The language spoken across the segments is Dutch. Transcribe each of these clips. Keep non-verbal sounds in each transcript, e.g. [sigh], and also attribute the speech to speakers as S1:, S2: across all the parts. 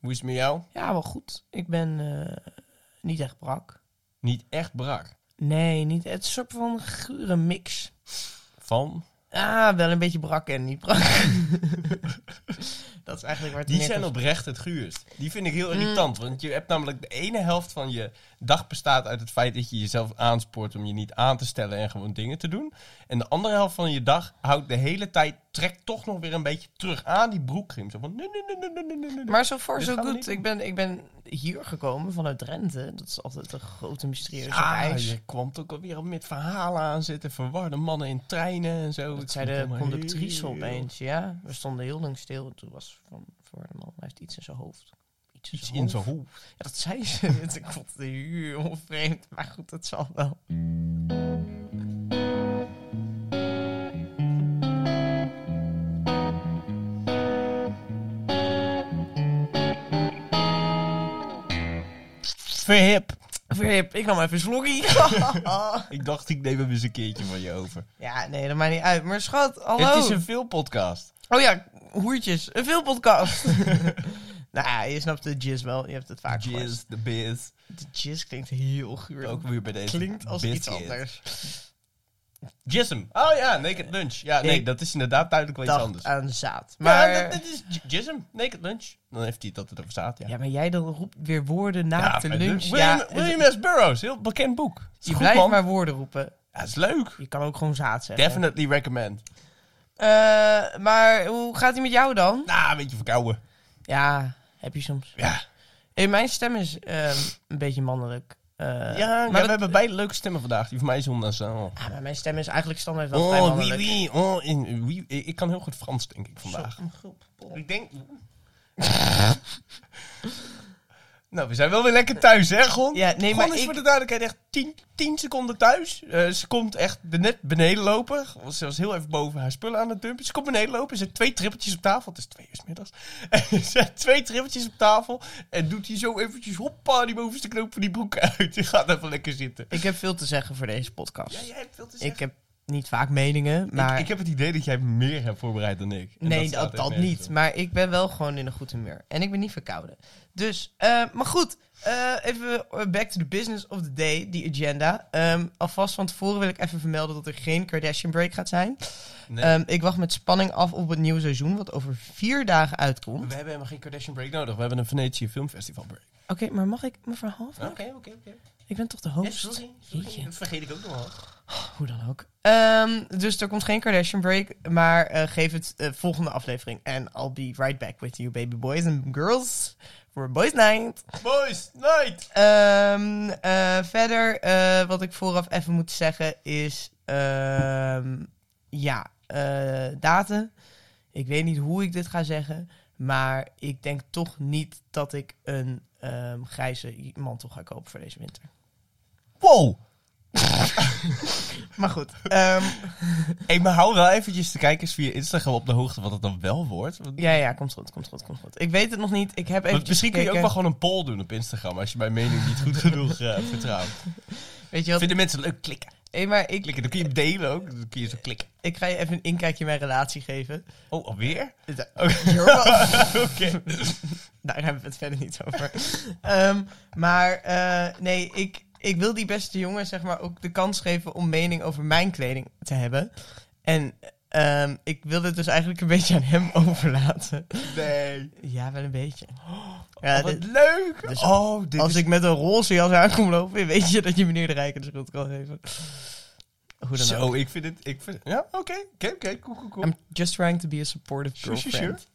S1: Hoe is het met jou?
S2: Ja, wel goed. Ik ben eh, niet echt brak.
S1: Niet echt brak.
S2: Nee, niet. Het is een soort van gure mix.
S1: Van?
S2: Ah, wel een beetje brak en niet brak. [laughs] dat is eigenlijk waar het
S1: Die
S2: neerkomt.
S1: zijn oprecht het guurst. Die vind ik
S2: Mm.
S1: heel irritant. Want je hebt namelijk de ene helft van je dag bestaat uit het feit dat je jezelf aanspoort om je niet aan te stellen en gewoon dingen te doen. En de andere helft van je dag houdt de hele tijd, trekt toch nog weer een beetje terug aan die broekkrim. Zo van, nee, nee, nee, nee, nee, nee, nee.
S2: Maar zo far
S1: Dit
S2: zo
S1: gaan we
S2: goed.
S1: niet
S2: Ik ben, ik ben hier gekomen vanuit Drenthe. Dat is altijd een grote mysterieuze
S1: Ah,
S2: reis.
S1: je kwam ook alweer al met verhalen aan zitten. Verwarde mannen in treinen en zo.
S2: Dat
S1: Ik
S2: zei
S1: vond het
S2: de
S1: allemaal
S2: conductrice
S1: heel-
S2: opeens, ja. We stonden heel lang stil. En toen was van, voor de man, hij heeft iets in zijn hoofd.
S1: Iets in zijn hoofd.
S2: Ja, dat zei ze. [laughs] ik vond het heel vreemd. Maar goed, dat zal wel.
S1: Verhip.
S2: Verhip, ik nam even
S1: [laughs]
S2: een slokkie.
S1: Ik dacht, ik neem hem eens een keertje van je over.
S2: ja, nee, dat maakt niet uit. Maar schat, hallo.
S1: Het is een veel podcast.
S2: Oh ja, hoertjes. Een filmpodcast. [laughs] nou ja, je snapt de jizz wel. Je hebt het vaak gehoord.
S1: Jizz, de biz.
S2: De jizz klinkt heel guur.
S1: Ook weer bij deze.
S2: klinkt als
S1: biscuit.
S2: iets anders.
S1: Jism. Oh ja, Naked Lunch. Ja, nee,
S2: Nee.
S1: dat is inderdaad duidelijk wel iets
S2: Dacht
S1: anders.
S2: aan zaad.
S1: Maar
S2: Maar...
S1: ja, dat, dat is j- Jism, Naked Lunch. Dan heeft hij het altijd over zaad, ja.
S2: Ja, maar jij dan roept weer woorden na de
S1: bij
S2: lunch.
S1: William,
S2: ja,
S1: William S. Burroughs, heel bekend boek. Is
S2: je
S1: goed,
S2: blijft
S1: man.
S2: maar woorden roepen.
S1: Ja, is leuk.
S2: Je kan ook gewoon zaad zeggen.
S1: Definitely recommend.
S2: Eh, maar hoe gaat hij met jou dan?
S1: Nou, een beetje verkouden.
S2: Ja, heb je soms.
S1: Ja,
S2: Hey, mijn stem is ehm, een beetje mannelijk. Eh,
S1: ja, ja,
S2: maar,
S1: we
S2: dat-
S1: hebben beide leuke stemmen vandaag. Die van mij is onnasaal.
S2: Ah, maar mijn stem is eigenlijk standaard wel vrij
S1: Oh, oui,
S2: mannelijk.
S1: oui. Oh, in, oui. Ik ik kan heel goed Frans, denk ik, vandaag.
S2: Zo, een groep. Pol.
S1: Ik denk... [laughs] nou, we zijn wel weer lekker thuis, hè, Gon?
S2: Ja, nee,
S1: Gon
S2: maar
S1: is
S2: ik-
S1: voor de duidelijkheid echt 10 10 seconden thuis. Eh, ze komt echt de net beneden lopen. Want Ze was heel even boven haar spullen aan het dumpen. Ze komt beneden lopen, zet twee trippeltjes op tafel. Het is twee uur 's middags. [laughs] En zet twee trippeltjes op tafel. En doet hij zo eventjes, hoppa, die bovenste knoop van die broek uit. [laughs] Die gaat even lekker zitten.
S2: Ik heb veel te zeggen voor deze podcast.
S1: Ja, jij hebt veel te zeggen.
S2: ik heb niet vaak meningen, maar...
S1: Ik, ik heb het idee dat jij meer hebt voorbereid dan ik. En
S2: Nee,
S1: staat
S2: dat,
S1: echt
S2: dat
S1: nergens
S2: niet.
S1: op.
S2: Maar ik ben wel gewoon in een goed humeur. En ik ben niet verkouden. Dus, eh, maar goed. eh, even back to the business of the day, die agenda. Ehm, alvast van tevoren wil ik even vermelden dat er geen Kardashian break gaat zijn.
S1: Nee.
S2: Ehm, ik wacht met spanning af op het nieuwe seizoen, wat over vier dagen uitkomt.
S1: We hebben helemaal geen Kardashian break nodig. We hebben een Venetië Filmfestival break.
S2: Oké, maar mag ik mijn verhaal
S1: Oké,
S2: afmaken?
S1: oké, oké.
S2: Ik ben toch de
S1: Ja,
S2: host?
S1: sorry, sorry.
S2: Jeetje.
S1: Dat vergeet ik ook nog wel.
S2: Hoe dan ook. Ehm, dus er komt geen Kardashian break, maar eh, geef het eh, volgende aflevering. En I'll be right back with you, baby boys and girls, for Boys Night.
S1: Boys, night!
S2: Ehm, eh, verder, eh, wat ik vooraf even moet zeggen is... ehm, ja, eh, datum. Ik weet niet hoe ik dit ga zeggen. Maar ik denk toch niet dat ik een ehm, grijze mantel ga kopen voor deze winter.
S1: Wow!
S2: Maar goed. ehm,
S1: Ik maar hou wel eventjes de kijkers via Instagram op de hoogte wat het dan wel wordt. Want-
S2: ja, ja, komt goed, komt goed, komt goed. Ik weet het nog niet. Ik heb even
S1: want misschien kun je ook wel gewoon een poll doen op Instagram als je mijn mening niet goed
S2: [laughs]
S1: genoeg eh, vertrouwt.
S2: Weet je wat?
S1: Vinden mensen leuk? Klikken.
S2: Hé, maar ik,
S1: Klikken. Dan kun je hem delen ook. Dan kun je zo klikken.
S2: ik ga je even een inkijkje in mijn relatie geven.
S1: Oh, alweer? [laughs]
S2: You're welcome. [laughs]
S1: Oké.
S2: Daar hebben we het verder niet over. Ehm, maar eh, nee, ik, ik wil die beste jongen zeg maar ook de kans geven om mening over mijn kleding te hebben. En ehm, ik wil het dus eigenlijk een beetje aan hem [laughs] overlaten.
S1: Nee.
S2: Ja, wel een beetje.
S1: Oh,
S2: Ja,
S1: wat
S2: dit-
S1: leuk!
S2: dus
S1: oh, dit
S2: als
S1: is...
S2: ik met een roze jas aankom lopen, weet je dat je meneer de Rijken de schuld kan geven. Hoe dan ook.
S1: Zo, ik vind het... Ik vind... Ja, oké. Oké, oké. Cool, cool, cool.
S2: I'm just trying to be a supportive
S1: Sure, sure,
S2: girlfriend.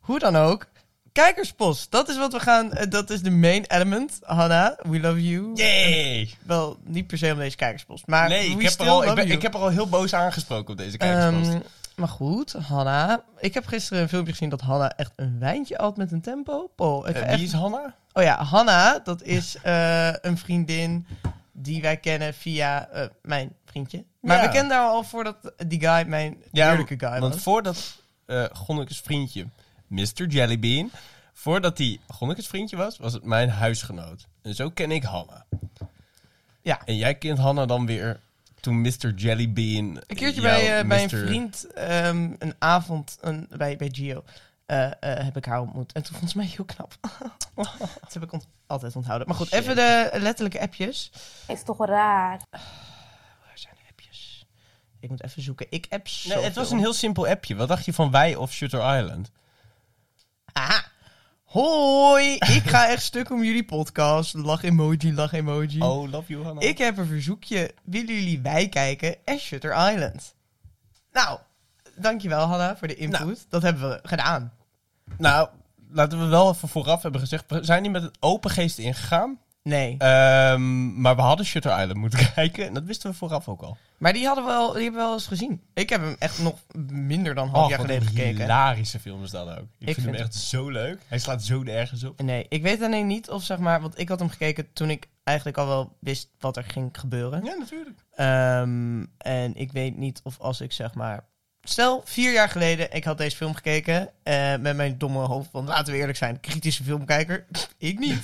S2: Hoe dan ook. Kijkerspost, dat is wat we gaan. eh, dat is de main element. Hanna, we love you.
S1: Yay!
S2: wel niet per se om deze kijkerspost. Maar
S1: nee,
S2: we
S1: ik heb,
S2: still
S1: er al, ik,
S2: love
S1: ben-
S2: you.
S1: ik heb er al heel boos aangesproken op deze kijkerspost.
S2: Ehm, maar goed, Hanna. Ik heb gisteren een filmpje gezien dat Hanna echt een wijntje at met een tempo. Paul, ik ga
S1: Eh,
S2: echt-
S1: wie is Hanna?
S2: Oh ja, Hanna, dat is eh, een vriendin die wij kennen via eh, mijn vriendje. Maar
S1: Ja.
S2: we kenden haar al voordat die guy mijn heerlijke guy
S1: want
S2: was.
S1: voordat eh Gonnekes vriendje, Mr. Jellybean, voordat hij Gonnekes vriendje was, was het mijn huisgenoot. En zo ken ik Hanna.
S2: Ja.
S1: En jij kent Hanna dan weer toen Mr. Jellybean...
S2: Een keertje
S1: jou
S2: bij, eh, bij een
S1: Mr.
S2: vriend ehm, een avond een, bij, bij Gio. Ehm, eh, eh, heb ik haar ontmoet. En toen vond ze mij heel knap. [laughs] dat heb ik ont- altijd onthouden. Maar goed, even de letterlijke appjes.
S3: Is toch raar?
S2: Waar zijn de appjes? Ik moet even zoeken. Ik app
S1: Nee, het was
S2: zoveel.
S1: een heel simpel appje. Wat dacht je van wij of Shutter Island?
S2: Aha. Hoi, ik ga echt stuk om jullie podcast. Lach emoji, lach emoji.
S1: Oh, love you, Hannah.
S2: Ik heb een verzoekje. Willen jullie wij kijken en Shutter Island? Nou, dankjewel Hanna voor de input. Dat hebben we gedaan.
S1: Nou, laten we wel even vooraf hebben gezegd. We zijn hier met een open geest ingegaan.
S2: Nee.
S1: Ehm, maar we hadden Shutter Island moeten [laughs] kijken. En dat wisten we vooraf ook al.
S2: maar die hadden we wel, die hebben we wel eens gezien. Ik heb hem echt nog minder dan een half
S1: Oh,
S2: jaar
S1: wat
S2: geleden
S1: een
S2: gekeken.
S1: hilarische film is dat ook. Ik, vind,
S2: vind
S1: hem
S2: het-
S1: echt zo leuk. Hij slaat zo nergens op.
S2: Nee, ik weet alleen niet of zeg maar, want ik had hem gekeken toen ik eigenlijk al wel wist wat er ging gebeuren.
S1: Ja, natuurlijk.
S2: Ehm, en ik weet niet of als ik zeg maar. Stel, vier jaar geleden, ik had deze film gekeken. eh, met mijn domme hoofd. Want laten we eerlijk zijn, kritische filmkijker. [laughs] ik
S1: [laughs]
S2: niet.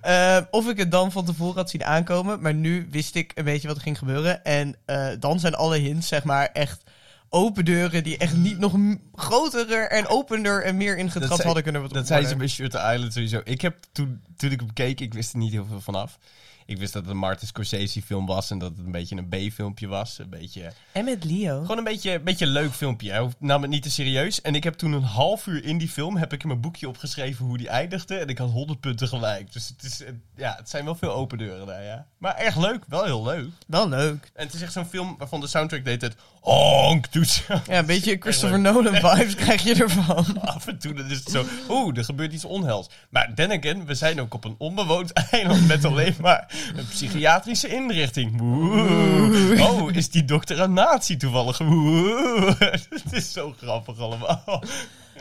S2: Ehm, of ik het dan van tevoren had zien aankomen. Maar nu wist ik een beetje wat er ging gebeuren. En eh, dan zijn alle hints, zeg maar, echt open deuren. die echt niet nog m- groter en opener en meer ingetrapt
S1: zei-
S2: hadden kunnen worden.
S1: Dat zijn ze bij Shutter Island sowieso. Ik heb toen, toen ik hem keek, ik wist er niet heel veel vanaf. Ik wist dat het een Martin Scorsese film was en dat het een beetje een B-filmpje was. Een beetje,
S2: En met Leo.
S1: gewoon een beetje, een beetje een leuk filmpje. Hij hoeft- nam het niet te serieus. En ik heb toen een half uur in die film, heb ik in mijn boekje opgeschreven hoe die eindigde. En ik had 100 punten gelijk. Dus het, is, het- ja, het zijn wel veel open deuren daar, ja. Maar erg leuk, wel heel leuk.
S2: Wel leuk.
S1: En het is echt zo'n film waarvan de soundtrack deed het... Honk, doet zo.
S2: Ja, een beetje Christopher Nolan
S1: [laughs]
S2: vibes krijg je ervan.
S1: Af en toe dan is het zo, oeh, er gebeurt iets onheils. Maar then again, we zijn ook op een onbewoond [laughs] eiland met alleen maar een psychiatrische inrichting. Oeh. Oh, is die dokter een nazi toevallig? Oeh. [laughs] Het is zo grappig allemaal.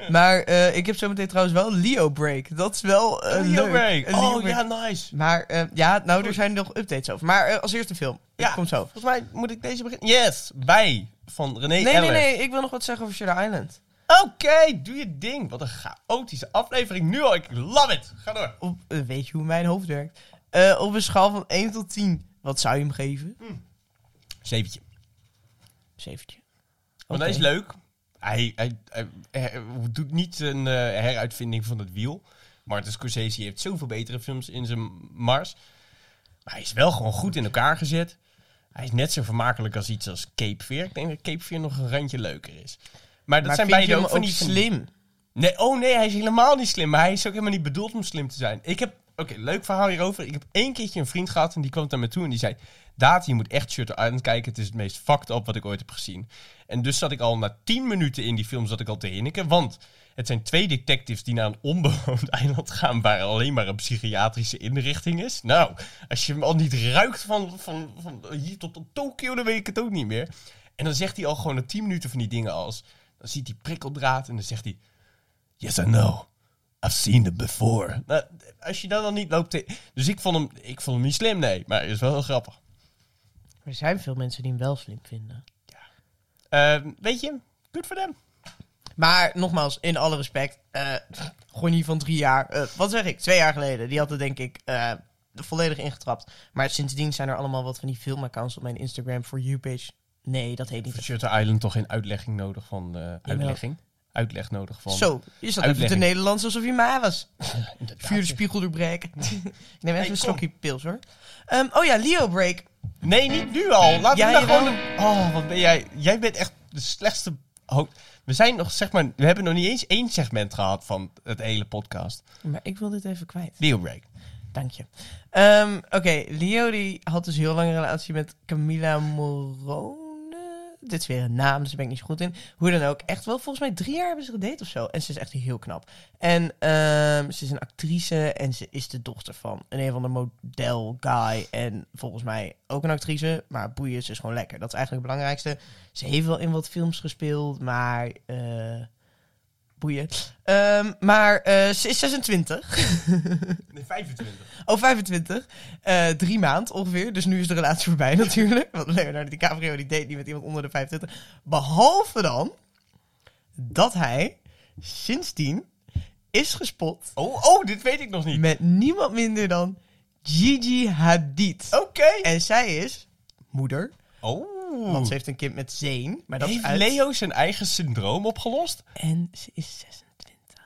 S2: Maar eh, ik heb zometeen trouwens wel Leo Break. Dat is wel eh,
S1: Leo
S2: leuk.
S1: Break.
S2: Een Leo
S1: Oh
S2: Break.
S1: ja, nice.
S2: Maar eh, ja, nou, er zijn nog updates over. Maar eh, als eerste film.
S1: Ja,
S2: Ja. Komt zo.
S1: Volgens mij moet ik deze beginnen. Yes, bij van René
S2: Nee, nee,
S1: Eller.
S2: nee. Ik wil nog wat zeggen over Shutter Island.
S1: Oké, doe je ding. Wat een chaotische aflevering. Nu al, ik love it. Ga door.
S2: Op, eh, weet je hoe mijn hoofd werkt? Eh, op een schaal van 1 tot 10. Wat zou je hem geven?
S1: Hm. Zeventje.
S2: Zeventje.
S1: Want
S2: Oké.
S1: hij is leuk. Hij, hij, hij- hij doet niet een eh, heruitvinding van het wiel. Martin Scorsese heeft zoveel betere films in zijn mars. Maar hij is wel gewoon goed in elkaar gezet. Hij is net zo vermakelijk als iets als Cape Fear. Ik denk dat Cape Fear nog een randje leuker is. Maar dat
S2: maar
S1: zijn
S2: vind
S1: beide
S2: je hem
S1: ook van die van die-
S2: slim.
S1: Nee, oh nee, hij is helemaal niet slim. Maar hij is ook helemaal niet bedoeld om slim te zijn. Ik heb, oké, leuk verhaal hierover. Ik heb één keertje een vriend gehad en die kwam naar me toe en die zei... Daat, je moet echt Shutter Island kijken. Het is het meest fucked up wat ik ooit heb gezien. En dus zat ik al na tien minuten in die film zat ik al te hinniken. Want het zijn twee detectives die naar een onbewoond [laughs] eiland gaan... waar alleen maar een psychiatrische inrichting is. Nou, als je hem al niet ruikt van, van, van hier tot Tokio, dan weet ik het ook niet meer. En dan zegt hij al gewoon na tien minuten van die dingen als... Dan ziet hij prikkeldraad en dan zegt hij... Yes, I know. I've seen it before. Nou, als je dat dan niet loopt... te- Dus ik vond, hem, ik vond hem niet slim, nee. Maar het is wel heel grappig.
S2: Er zijn veel mensen die hem wel slim vinden.
S1: Ehm, weet je, good for them.
S2: Maar nogmaals, in alle respect, eh Gonnie van drie jaar, eh, wat zeg ik, twee jaar geleden, die had het denk ik eh, volledig ingetrapt. Maar sindsdien zijn er allemaal wat van die filmaccounts op mijn Instagram voor you-page. Nee, dat heet
S1: Voor
S2: niet.
S1: Shutter Island toch geen uitlegging nodig van... eh, uitlegging? Uitleg nodig van...
S2: Zo, je zat even te
S1: Uitlegging.
S2: Nederlands alsof je mij was.
S1: Inderdaad.
S2: Vuur de
S1: [laughs]
S2: spiegel doorbreken. ik
S1: Hey,
S2: neem even
S1: kom.
S2: een slokje pils hoor. Ehm, oh ja, Leo Break.
S1: Nee, niet nu al. Laat
S2: Jij
S1: hem nou
S2: wel.
S1: gewoon... een- Oh, wat ben jij... Jij bent echt de slechtste... ho- We zijn nog, zeg maar... We hebben nog niet eens één segment gehad van het hele podcast.
S2: Maar ik wil dit even kwijt.
S1: Dealbreak.
S2: Dank je. Ehm, Oké, Leo die had dus heel lang een relatie met Camilla Morone. Dit is weer een naam, dus daar ben ik niet zo goed in. Hoe dan ook, echt wel, volgens mij drie jaar hebben ze gedate of zo. En ze is echt heel knap. En ehm, ze is een actrice en ze is de dochter van een van de model guy. En volgens mij ook een actrice, maar boeien, ze is gewoon lekker. Dat is eigenlijk het belangrijkste. Ze heeft wel in wat films gespeeld, maar... eh, boeien. Ehm, maar eh, ze is 26.
S1: Nee, 25.
S2: Oh, 25. Eh, drie maand ongeveer. Dus nu is de relatie voorbij [laughs] natuurlijk. Want Leonardo DiCaprio die date niet met iemand onder de 25. Behalve dan dat hij sindsdien is gespot
S1: Oh, oh, dit weet ik nog niet.
S2: met niemand minder dan Gigi Hadid.
S1: Oké.
S2: En zij is moeder,
S1: Oh.
S2: want ze heeft een kind met Zeen. Maar dat is
S1: Heeft
S2: uit.
S1: Leo zijn eigen syndroom opgelost?
S2: En ze is 26.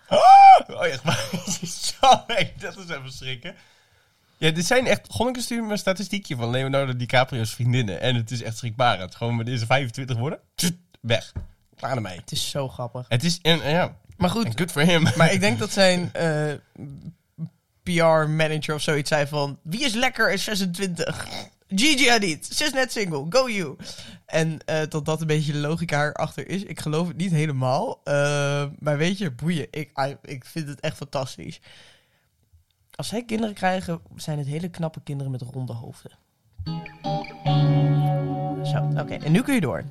S1: Ah! Oh, echt waar. [laughs] Sorry, dat is even schrikken. Ja, dit zijn echt... Gonneke stuurde me een statistiekje van Leonardo DiCaprio's vriendinnen. En het is echt schrikbarend. Gewoon met deze 25 woorden. tssst, Weg. Klaar ermee.
S2: Het is zo grappig.
S1: Het is... En, en ja,
S2: Maar goed,
S1: en good for him.
S2: maar ik denk dat zijn eh, PR-manager of zoiets zei van... Wie is lekker is 26? Gigi Hadid, ze is net single, go you. En eh, dat dat een beetje de logica erachter is. Ik geloof het niet helemaal. eh, maar weet je, boeien. Ik, I- ik vind het echt fantastisch. Als zij kinderen krijgen, zijn het hele knappe kinderen met ronde hoofden. Zo, oké. En nu kun je door.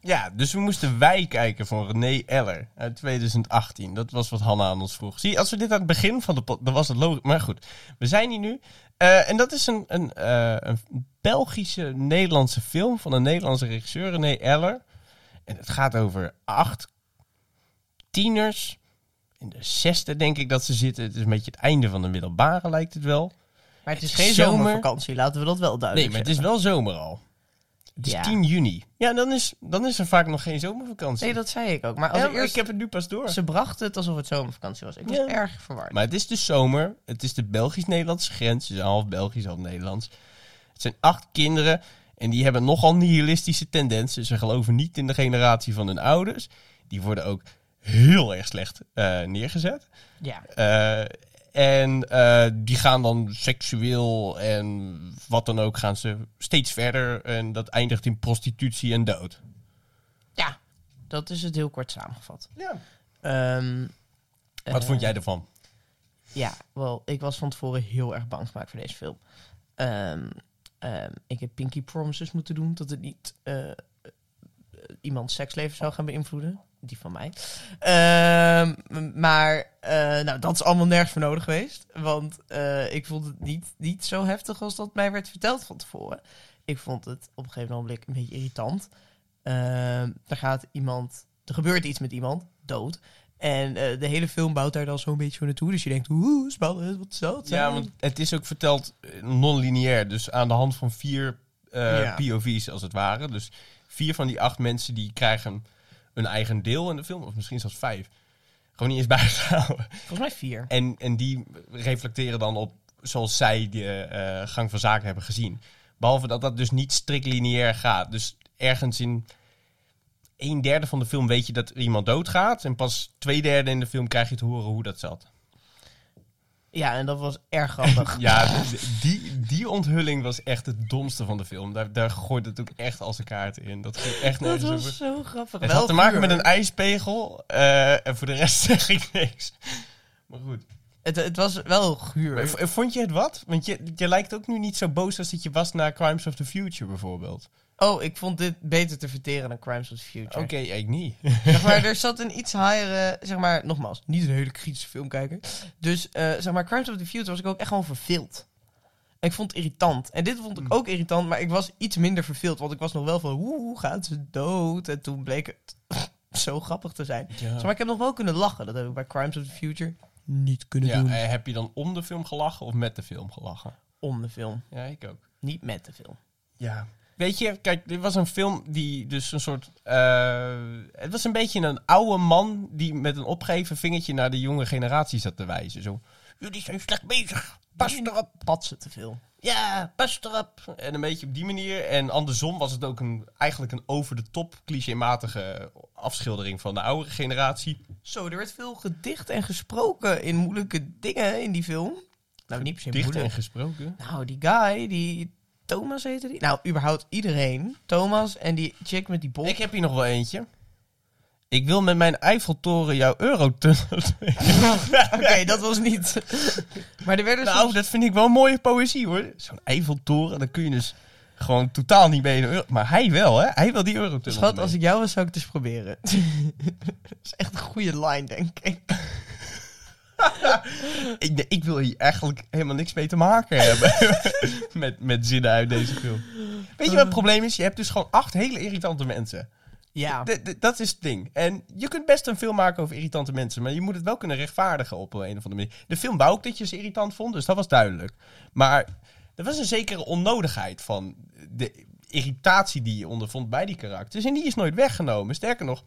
S1: Ja, dus we moesten wij kijken van René Eller uit 2018. Dat was wat Hanna aan ons vroeg. Zie, als we dit aan het begin van de pod- dan was het logisch. Maar goed, we zijn hier nu. Eh, en dat is een, een, eh, een Belgische Nederlandse film van een Nederlandse regisseur, René Eller. En het gaat over acht tieners. In de zesde denk ik dat ze zitten. Het is een beetje het einde van de middelbare lijkt het wel.
S2: Maar het is
S1: Het is
S2: geen
S1: zomer.
S2: zomervakantie, laten we dat wel
S1: Nee,
S2: duidelijk
S1: maar het is wel zomer al. Het is
S2: dus Ja.
S1: 10 juni. Ja, dan is, dan is er vaak nog geen zomervakantie.
S2: Nee, dat zei ik ook. Maar als
S1: Ja, maar
S2: eerst,
S1: Ik heb het nu pas door.
S2: ze brachten het alsof het zomervakantie was. Ik was
S1: Ja.
S2: erg verward.
S1: Maar het is dus zomer. Het is de Belgisch-Nederlandse grens. Dus half Belgisch, half Nederlands. Het zijn acht kinderen. En die hebben nogal nihilistische tendensen. Ze geloven niet in de generatie van hun ouders. Die worden ook heel erg slecht eh, neergezet.
S2: ja.
S1: Eh, en eh, die gaan dan seksueel en wat dan ook gaan ze steeds verder. En dat eindigt in prostitutie en dood.
S2: ja, dat is het heel kort samengevat.
S1: Ja.
S2: Ehm,
S1: Wat
S2: eh,
S1: vond jij ervan?
S2: Ja, wel, ik was van tevoren heel erg bang gemaakt voor deze film. Ehm, ehm, ik heb Pinky Promises moeten doen dat het niet eh, eh, iemands seksleven zou gaan beïnvloeden. Die van mij. Ehm, m- maar eh, nou, dat is allemaal nergens voor nodig geweest. Want eh, ik vond het niet, niet zo heftig als dat mij werd verteld van tevoren. Ik vond het op een gegeven moment een beetje irritant. Ehm er gaat iemand, er gebeurt iets met iemand, dood. En eh, de hele film bouwt daar dan zo'n beetje voor naartoe. Dus je denkt, oeh, spannend, wat zal het zijn?
S1: Ja, want het is ook verteld eh, non-lineair. Dus aan de hand van vier eh,
S2: Ja.
S1: POV's als het ware. Dus vier van die acht mensen die krijgen een eigen deel in de film. Of misschien zelfs vijf. Gewoon niet eens [laughs] bijgehouden.
S2: Volgens mij vier.
S1: En, en die reflecteren dan op zoals zij de eh, gang van zaken hebben gezien. Behalve dat dat dus niet strikt lineair gaat. Dus ergens in een derde van de film weet je dat er iemand doodgaat. En pas twee derde in de film krijg je te horen hoe dat zat.
S2: Ja, en dat was erg
S1: [laughs]
S2: grappig.
S1: Ja, d- die, die onthulling was echt het domste van de film. Daar, daar gooide het ook echt als een kaart in. dus Dat ging echt
S2: dat
S1: nergens over.
S2: was zo grappig.
S1: Het
S2: Wel
S1: had te maken
S2: puur.
S1: met een ijspegel. eh, en voor de rest [laughs] zeg ik niks. Maar goed.
S2: Het, het was wel
S1: Maar
S2: guur.
S1: v- Vond je het wat? Want je, je lijkt ook nu niet zo boos als dat je was na Crimes of the Future bijvoorbeeld.
S2: Oh, ik vond dit beter te verteren dan Crimes of the
S1: Oké,
S2: Future.
S1: ik niet.
S2: Zeg maar, er zat een iets higher, zeg maar, nogmaals, niet een hele kritische filmkijker. Dus, eh, zeg maar, Crimes of the Future was ik ook echt gewoon verveeld. Ik vond het irritant. En dit
S1: Hmm.
S2: vond ik ook irritant, maar ik was iets minder verveeld. Want ik was nog wel van, hoe hoe gaat ze dood? En toen bleek het [laughs] zo grappig te zijn. Zeg maar ik heb nog wel kunnen lachen. Dat heb ik bij Crimes of the Future niet kunnen
S1: Ja,
S2: doen.
S1: eh, heb je dan om de film gelachen of met de film gelachen?
S2: Om de film,
S1: Ja, ik ook.
S2: niet met de film.
S1: Ja. Weet je, kijk, dit was een film die dus een soort... eh, het was een beetje een oude man die met een opgeheven vingertje naar de jonge generatie zat te wijzen. Zo, jullie zijn slecht bezig, pas erop,
S2: Patsen te veel.
S1: ja, pas erop. En een beetje op die manier. En andersom was het ook een, eigenlijk een over-de-top clichématige afschildering van de oude generatie.
S2: Zo, er werd veel gedicht en gesproken in moeilijke dingen in die film. Nou, niet per se
S1: Dicht en
S2: moeilijk.
S1: gesproken.
S2: Nou, die guy, die Thomas heette die. Nou, überhaupt iedereen. Thomas en die chick met die bol.
S1: Ik heb hier nog wel eentje. Ik wil met mijn Eiffeltoren jouw Eurotunnel
S2: [laughs]
S1: [laughs]
S2: Oké, dat was [laughs] niet. maar er werden
S1: Nou,
S2: soms...
S1: dat vind ik wel mooie poëzie hoor. Zo'n Eiffeltoren, dan kun je dus gewoon totaal niet mee in de euro. Maar hij wel, hè? Hij wil die eurotunnel.
S2: Schat, als ik jou was, zou ik het eens proberen. [laughs] dat is echt een goede line, denk ik.
S1: mee. ik, ik wil hier eigenlijk helemaal niks mee te maken hebben. [laughs] met, met zinnen uit deze film. Weet je
S2: Eh.
S1: wat het probleem is? Je hebt dus gewoon acht hele irritante mensen.
S2: Ja.
S1: D- d- dat is het ding. En je kunt best een film maken over irritante mensen, maar je moet het wel kunnen rechtvaardigen op een of andere manier. De film wou ook dat je ze irritant vond, dus dat was duidelijk. Maar er was een zekere onnodigheid van de irritatie die je ondervond bij die karakters. En die is nooit weggenomen. Sterker nog,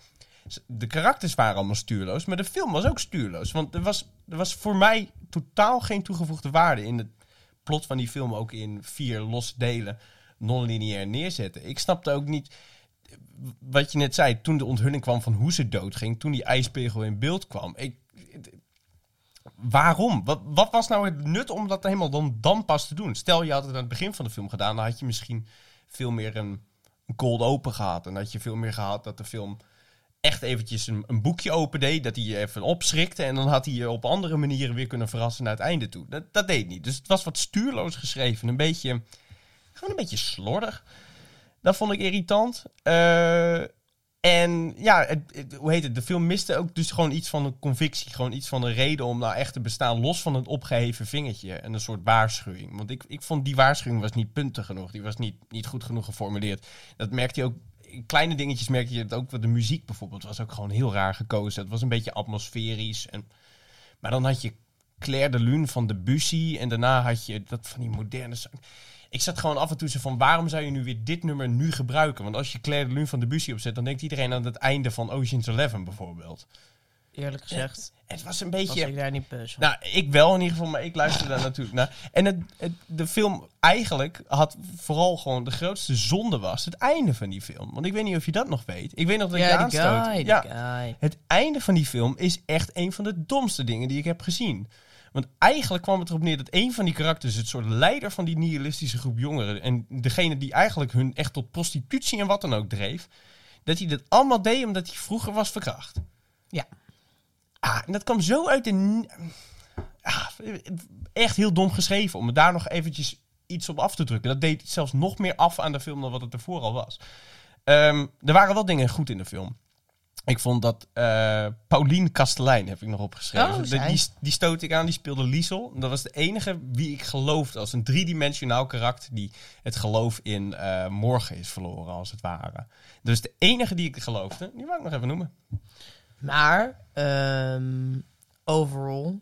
S1: de karakters waren allemaal stuurloos, maar de film was ook stuurloos. Want er was, er was voor mij totaal geen toegevoegde waarde in het plot van die film ook in vier losse delen non-lineair neerzetten. Ik snapte ook niet eh, wat je net zei, toen de onthulling kwam van hoe ze doodging, toen die ijspegel in beeld kwam. Ik, het- waarom? Wat, wat was nou het nut om dat helemaal dan, dan pas te doen? Stel, je had het aan het begin van de film gedaan, dan had je misschien veel meer een, een cold open gehad. En had je veel meer gehad dat de film echt eventjes een, een boekje open deed, dat hij je even opschrikte en dan had hij je op andere manieren weer kunnen verrassen naar het einde toe. Dat, dat deed niet. Dus het was wat stuurloos geschreven, een beetje, gewoon een beetje slordig. Dat vond ik irritant. Eh, en ja, het, het- hoe heet het? De film miste ook dus gewoon iets van een convictie, gewoon iets van een reden om nou echt te bestaan, los van het opgeheven vingertje en een soort waarschuwing. Want ik, ik vond die waarschuwing was niet punten genoeg, die was niet, niet goed genoeg geformuleerd. Dat merkte je ook in kleine dingetjes merk je het ook. want De muziek bijvoorbeeld was ook gewoon heel raar gekozen. Het was een beetje atmosferisch. En, maar dan had je Claire de Lune van Debussy. En daarna had je dat van die moderne... zang. Ik zat gewoon af en toe zo van... waarom zou je nu weer dit nummer nu gebruiken? Want als je Claire de Lune van Debussy opzet... dan denkt iedereen aan het einde van Ocean's Eleven bijvoorbeeld.
S2: Eerlijk gezegd,
S1: Het was een
S2: was
S1: beetje...
S2: ik daar niet bezig.
S1: Nou, ik wel in ieder geval, maar ik luister daar natuurlijk naar. En het, het- de film eigenlijk had vooral gewoon de grootste zonde was het einde van die film. Want ik weet niet of je dat nog weet. Ik weet nog dat ik je
S2: ja, die
S1: aanstoot.
S2: guy, die
S1: ja,
S2: guy.
S1: het einde van die film is echt een van de domste dingen die ik heb gezien. Want eigenlijk kwam het erop neer dat een van die karakters, het soort leider van die nihilistische groep jongeren. en degene die eigenlijk hun echt tot prostitutie en wat dan ook dreef. dat hij dat allemaal deed omdat hij vroeger was verkracht.
S2: Ja.
S1: Ah, en dat kwam zo uit de. ni- Ah, echt heel dom geschreven. Om er daar nog eventjes iets op af te drukken. Dat deed zelfs nog meer af aan de film dan wat het ervoor al was. Ehm, er waren wel dingen goed in de film. Ik vond dat eh Paulien Kastelein heb ik nog opgeschreven.
S2: Oh,
S1: De-
S2: zij.
S1: die, die stoot ik aan, die speelde Liesel. Dat was de enige wie ik geloofde als een driedimensionaal karakter die het geloof in eh, morgen is verloren, als het ware. Dus de enige die ik geloofde, die wou ik nog even noemen.
S2: Maar, ehm, overall,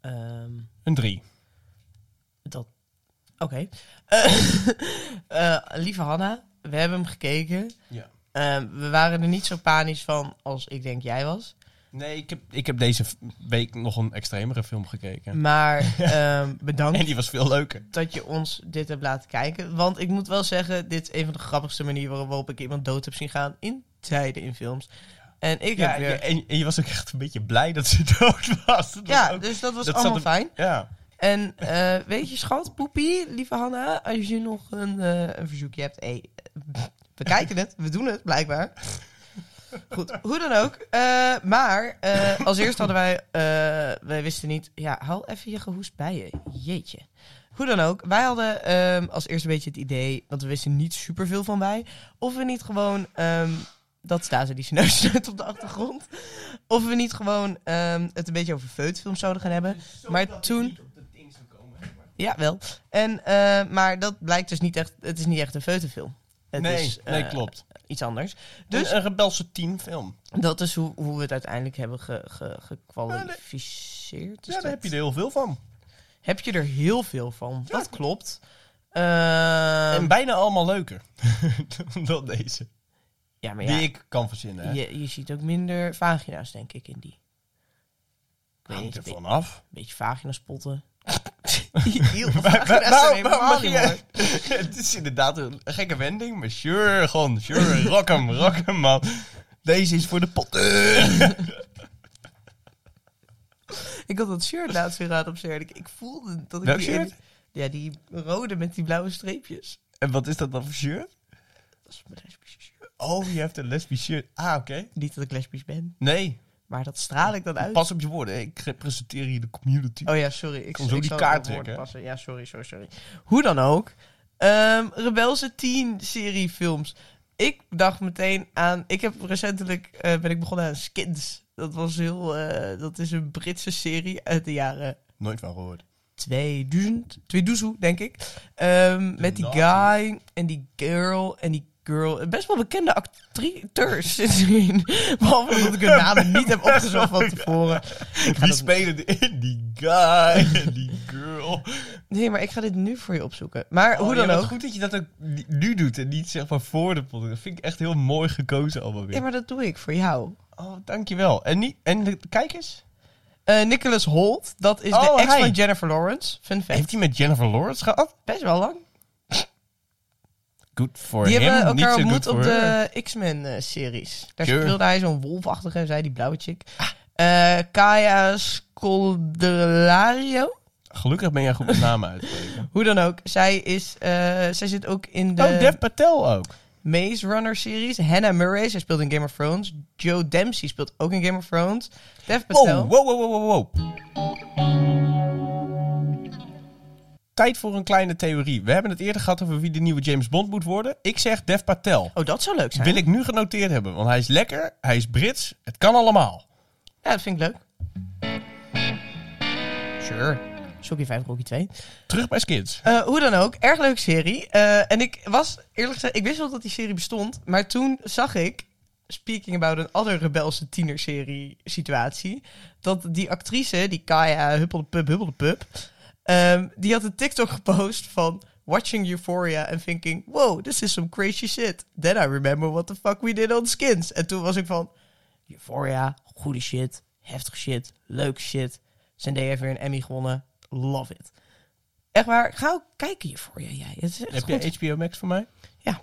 S2: ehm,
S1: Een drie.
S2: dat... Oké. Eh, [laughs] eh, lieve Hanna, we hebben hem gekeken.
S1: Ja.
S2: Eh, we waren er niet zo panisch van als ik denk jij was.
S1: Nee, ik heb, ik heb deze week nog een extremere film gekeken. [laughs]
S2: Maar ehm, bedankt
S1: En die was veel leuker.
S2: dat je ons dit hebt laten kijken. Want ik moet wel zeggen, dit is een van de grappigste manieren waarop ik iemand dood heb zien gaan in tijden in films. En ik
S1: Ja,
S2: heb weer...
S1: en, en je was ook echt een beetje blij dat ze [laughs] dood was. Dat was
S2: Ja,
S1: ook-
S2: dus dat was
S1: dat zat
S2: allemaal
S1: hem-
S2: fijn.
S1: ja.
S2: En eh, weet je, schat, poepie, lieve Hanna, als je nog een, eh, een verzoekje hebt, hey, eh, we kijken het, we doen het blijkbaar. Goed, hoe dan ook. Eh, maar eh, als eerst hadden wij, eh, wij wisten niet, ja, haal even je gehoest bij je. Jeetje. Hoe dan ook, wij hadden ehm, als eerst een beetje het idee, want we wisten niet superveel van wij, of we niet gewoon, ehm, dat staan ze die neus uit op de achtergrond, of we niet gewoon ehm, het een beetje over feutfilms zouden gaan hebben. Maar dat ik toen- niet
S1: op
S2: Ja, wel. En, eh, maar dat blijkt dus niet echt. Het is niet echt een feutenfilm. Het
S1: nee,
S2: is eh,
S1: nee, klopt.
S2: iets anders.
S1: Dus
S2: Dus
S1: een, rebelse teamfilm.
S2: dat is hoe, hoe we het uiteindelijk hebben ge, ge- gekwalificeerd. Is
S1: Ja, daar
S2: Dus dat-
S1: heb je er heel veel van.
S2: heb je er heel veel van.
S1: Ja.
S2: Dat klopt. Ehm,
S1: en bijna allemaal leuker [laughs] dan deze.
S2: ja, maar
S1: Die
S2: ja,
S1: ik kan verzinnen. hè.
S2: je, je ziet ook minder vagina's, denk ik, in die. Ik weet niet,
S1: Hangt
S2: een
S1: er
S2: be-
S1: van af.
S2: beetje vagina's
S1: [laughs]
S2: spotten. [laughs] Heel veel
S1: Waar- waar-
S2: vagina's zijn
S1: waarom- waarom
S2: helemaal niet
S1: begin
S2: mooi.
S1: je- [laughs] Het is inderdaad een gekke wending, maar sure, gewoon,
S2: [laughs]
S1: sure, rock hem, rock hem, man. Deze is voor de potten.
S2: Ik had dat shirt laatst weer aan op z'n werk. Ik voelde dat ik
S1: Welk
S2: die
S1: shirt?
S2: ene- ja, die rode met die blauwe streepjes.
S1: En wat is dat dan voor shirt?
S2: Dat is mijn lesbische shirt.
S1: Oh, je hebt een lesbisch shirt. Ah, oké.
S2: Niet dat ik lesbisch ben,
S1: Nee,
S2: maar dat straal ik dan uit.
S1: pas op je woorden. hè. Ik representeer hier de community.
S2: Oh ja, sorry. Ik
S1: Kon zo
S2: ik
S1: die
S2: zal
S1: kaart
S2: het woord
S1: trekken, hè?
S2: passen. Ja, sorry, sorry, sorry. Hoe dan ook. ehm Rebelse 10 serie films. Ik dacht meteen aan... Ik heb recentelijk eh, ben ik begonnen aan Skins. Dat, was heel, eh, dat is een Britse serie uit de jaren
S1: Nooit van gehoord.
S2: 2000, 2000 denk ik. Ehm, met die
S1: Naughty.
S2: guy en die girl en die girl. Best wel bekende acteurs [laughs] zitten erin. Behalve dat ik hun namen niet heb opgezocht
S1: [laughs]
S2: van tevoren.
S1: Die spelen in [laughs] die guy en die girl.
S2: Nee, maar ik ga dit nu voor je opzoeken. Maar hoe dan
S1: ja, wat
S2: ook.
S1: Goed dat Oh, je dat ook ni- nu doet en niet zeg maar voor de podcast. Dat vind ik echt heel mooi gekozen allemaal weer.
S2: Ja, maar dat doe ik voor jou.
S1: Oh, dankjewel. En, niet, en de kijkers?
S2: Eh, Nicholas Holt, dat is
S1: Oh,
S2: de ex
S1: hij.
S2: van Jennifer Lawrence. Fun fact.
S1: Heeft hij met Jennifer Lawrence gehad?
S2: Best wel lang.
S1: Good for
S2: Die
S1: him.
S2: hebben
S1: niet
S2: elkaar
S1: so
S2: ontmoet
S1: good
S2: op
S1: for her.
S2: de X-Men-series. Daar
S1: Sure. Ah.
S2: speelde hij zo'n wolfachtige en zij die blauwe chick. Eh, Kaya Scoldelario.
S1: Gelukkig ben jij goed met namen [laughs] Oh, uitspreken.
S2: Hoe dan ook. Zij, is, eh, zij zit ook in de
S1: Oh, Dev Patel ook.
S2: Maze Runner-series. Hannah Murray, zij speelt in Game of Thrones. Joe Dempsey speelt ook in Game of Thrones. Dev
S1: Wow,
S2: Patel.
S1: Oh, wow, wow, wow, wow, wow. Tijd voor een kleine theorie. We hebben het eerder gehad over wie de nieuwe James Bond moet worden. Ik zeg Dev Patel.
S2: Oh, dat zou leuk zijn.
S1: Wil ik nu genoteerd hebben, want hij is lekker, hij is Brits, het kan allemaal.
S2: Ja, dat vind ik leuk. Sure. Sokkie 5, Rocky 2.
S1: Terug bij Skids.
S2: Eh, hoe dan ook, erg leuke serie. Eh, en ik was, eerlijk gezegd, ik wist wel dat die serie bestond. Maar toen zag ik, speaking about een andere rebelse tienerserie situatie... dat die actrice, die Kaya Huppeldepup Huppeldepup... ehm die had een TikTok gepost van... Watching Euphoria and thinking, wow, this is some crazy shit. Then I remember what the fuck we did on Skins. En toen was ik van, Euphoria, goede shit, heftig shit, leuk shit. Zendaya heeft weer een Emmy gewonnen, love it. Echt waar, ga ook kijken Euphoria, jij. Het is echt
S1: Heb
S2: goed.
S1: jij HBO Max voor mij?
S2: Ja,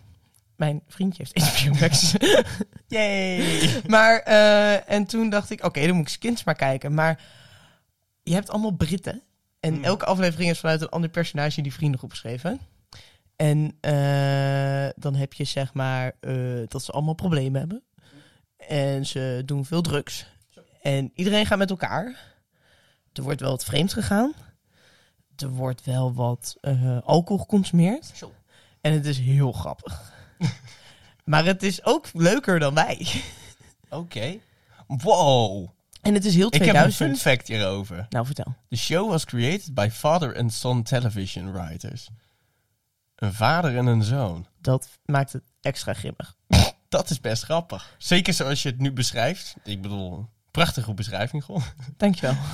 S2: mijn vriendje heeft HBO Max.
S1: Yay!
S2: maar, eh, en toen dacht ik, oké, dan moet ik Skins maar kijken. Maar je hebt allemaal Britten. En elke aflevering is vanuit een ander personage in die vriendengroep geschreven. En eh, dan heb je zeg maar eh, dat ze allemaal problemen hebben. En ze doen veel drugs. En iedereen gaat met elkaar. Er wordt wel wat vreemd gegaan. Er wordt wel wat eh, alcohol geconsumeerd. En het is heel grappig.
S1: [laughs]
S2: maar het is ook leuker dan wij.
S1: Oké. Wow.
S2: En het is heel
S1: Ik heb een fun
S2: 2000.
S1: fact hierover.
S2: Nou, vertel.
S1: The show was created by father and son television writers. Een vader en een zoon.
S2: Dat maakt het extra grimmig.
S1: Dat is best grappig. Zeker zoals je het nu beschrijft. Ik bedoel, prachtige beschrijving gewoon.
S2: Dankjewel.
S1: [laughs]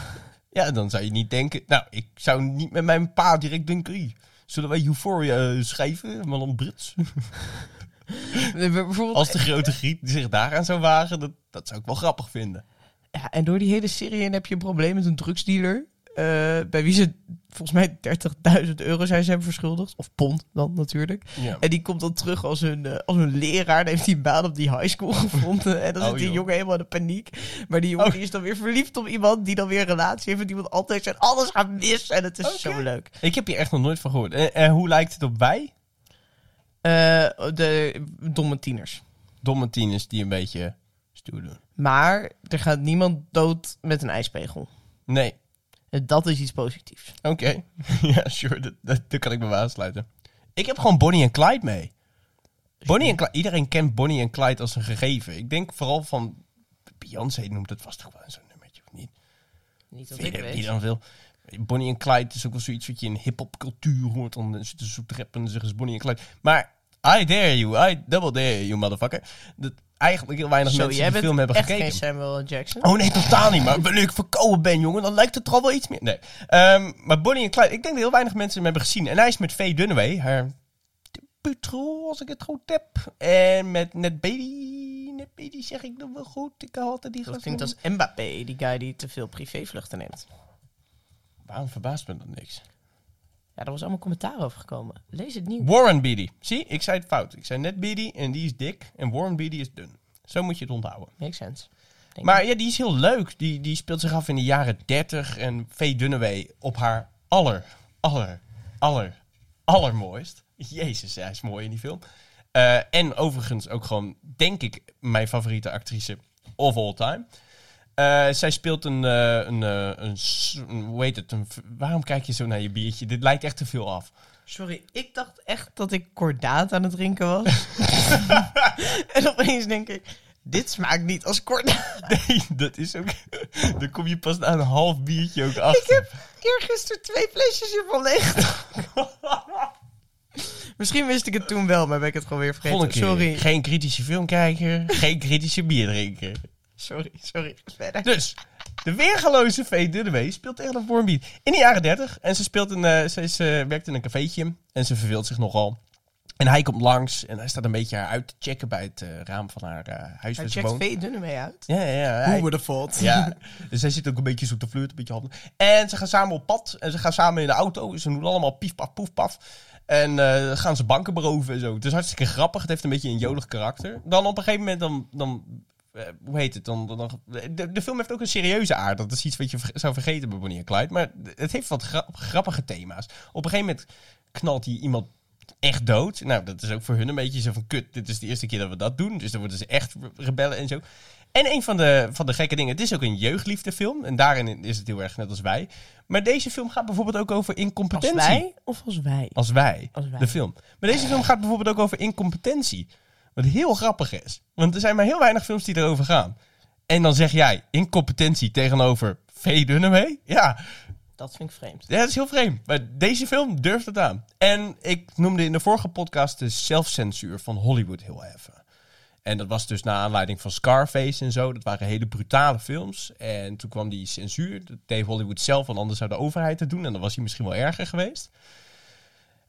S1: Ja, dan zou je niet denken... Nou, ik zou niet met mijn pa direct denken... "Hey, Zullen wij Euphoria eh, schrijven, maar dan Brits?
S2: Bijvoorbeeld,
S1: Als de grote griet zich daaraan zou wagen, dat, dat zou ik wel grappig vinden.
S2: ja, en door die hele serie heen heb je een probleem met een drugsdealer. eh, bij wie ze volgens mij 30.000 euro zijn ze hebben verschuldigd. Of pond dan natuurlijk.
S1: Ja.
S2: En die komt dan terug als een, eh, als een leraar. Dan heeft hij een baan op die high school [laughs] gevonden. En dan
S1: Oh,
S2: zit die
S1: joh.
S2: jongen helemaal in de paniek. Maar die jongen
S1: Oh.
S2: die is dan weer verliefd op iemand die dan weer een relatie heeft met iemand anders. En alles gaat mis. En het is
S1: Oké.
S2: zo leuk.
S1: Ik heb hier echt nog nooit van gehoord. En, en hoe lijkt het op wij?
S2: Eh, de domme tieners.
S1: Domme tieners die een beetje stoer doen.
S2: Maar er gaat niemand dood met een ijspegel.
S1: Nee,
S2: En Dat is iets positiefs.
S1: Oké. [laughs] ja, sure. Dat, dat, daar kan ik me wel aansluiten. Ik heb gewoon Bonnie en Clyde mee. Bonnie en Clyde. Iedereen kent Bonnie en Clyde als een gegeven. Ik denk vooral van... Beyoncé noemt het vast toch wel zo'n nummertje, of niet?
S2: Niet
S1: Weet ik niet dan veel. Bonnie en Clyde is ook wel zoiets wat je in hip-hop cultuur hoort. Dan zitten ze op te rappen en dan zeggen ze Bonnie en Clyde. Maar I dare you, I double dare you, motherfucker. Dat eigenlijk heel weinig
S2: Zo,
S1: mensen
S2: jij
S1: die de
S2: bent
S1: film hebben
S2: echt
S1: gekeken.
S2: geen Samuel L. Jackson.
S1: Oh nee, totaal niet. Maar wanneer ik verkouden ben, jongen, dan lijkt het er al wel iets meer. Nee. Ehm, maar Bonnie en Clyde, ik denk dat heel weinig mensen hem hebben gezien. En hij is met Faye Dunaway, haar debuutrol, als ik het goed heb. En met Net Baby. Net Baby zeg ik nog wel goed. Ik hou altijd die
S2: Dat
S1: gast
S2: klinkt
S1: noemen.
S2: als Mbappé, die guy die te veel privévluchten neemt.
S1: Waarom verbaast me dat niks?
S2: Ja, daar was allemaal commentaar over gekomen. Lees het nieuws.
S1: Warren Beatty. Zie, ik zei het fout. Ik zei Net Beatty en die is dik. En Warren Beatty is dun. Zo moet je het onthouden.
S2: Makes sense. Denk
S1: Maar ja, die is heel leuk. Die, die speelt zich af in de jaren 30. En Faye Dunaway op haar aller, aller, aller, allermooist. Jezus, hij is mooi in die film. Eh, en overigens ook gewoon, denk ik, mijn favoriete actrice of all time. Eh, zij speelt een, eh, een, eh, een, s- een- hoe heet het, een v- waarom kijk je zo naar je biertje? Dit lijkt echt te veel af. [laughs]
S2: Sorry, ik dacht echt dat ik kordaat aan het drinken was. [laughs] en opeens denk ik, dit smaakt niet als kordaat.
S1: Nee, dat is ook, [laughs] dan kom je pas na een half biertje ook achter.
S2: Ik heb eergisteren twee flesjes hiervan leeg. Misschien wist ik het toen wel, maar ben ik het gewoon weer
S1: Volgende
S2: vergeten.
S1: keer.
S2: Sorry,
S1: Geen kritische filmkijker, [laughs] geen kritische bierdrinker.
S2: sorry, sorry. Verder.
S1: Dus, de weergeloze Faye Dunaway speelt tegen een vormbied in de jaren 30. En ze, speelt een, eh, ze, is, eh, werkt in een cafeetje en ze verveelt zich nogal. En hij komt langs en hij staat een beetje haar uit te checken bij het eh, raam van haar eh, huis
S2: Hij
S1: waar ze
S2: checkt
S1: woont.
S2: vee dunne mee uit.
S1: Ja, ja, ja.
S3: Hoe
S1: Hij-
S3: we de fault.
S1: ja. Dus hij zit ook een beetje zo te flirten, een beetje handen. En ze gaan samen op pad en ze gaan samen in de auto. Dus Ze doen allemaal pief, paf, poef, paf. En eh, gaan ze banken beroven en zo. Het is hartstikke grappig. Het heeft een beetje een jolig karakter. Dan op een gegeven moment dan... dan eh, hoe heet het? Dan, dan, dan- de, de film heeft ook een serieuze aard. Dat is iets wat je ver- zou vergeten bij Bonnie en Clyde. Maar het heeft wat gra- grappige thema's. Op een gegeven moment knalt hij iemand echt dood. Nou, dat is ook voor hun een beetje zo van... Kut, dit is de eerste keer dat we dat doen. Dus dan worden ze echt re- rebellen en zo. En een van de, van de gekke dingen, het is ook een jeugdliefdefilm. En daarin is het heel erg net als wij. Maar deze film gaat bijvoorbeeld ook over
S2: Als
S1: incompetentie.
S2: wij of als wij?
S1: Als wij,
S2: Als wij.
S1: de film. Maar deze film gaat bijvoorbeeld ook over incompetentie. Wat heel grappig is. Want er zijn maar heel weinig films die erover gaan. En dan zeg jij incompetentie tegenover V. Dunaway. Ja,
S2: Dat vind ik vreemd.
S1: ja, dat is heel vreemd. Maar deze film durft het aan. En ik noemde in de vorige podcast de zelfcensuur van Hollywood heel even. En dat was dus naar aanleiding van Scarface en zo. Dat waren hele brutale films. En toen kwam die censuur. Dat deed Hollywood zelf, want anders zou de overheid het doen. En dan was hij misschien wel erger geweest.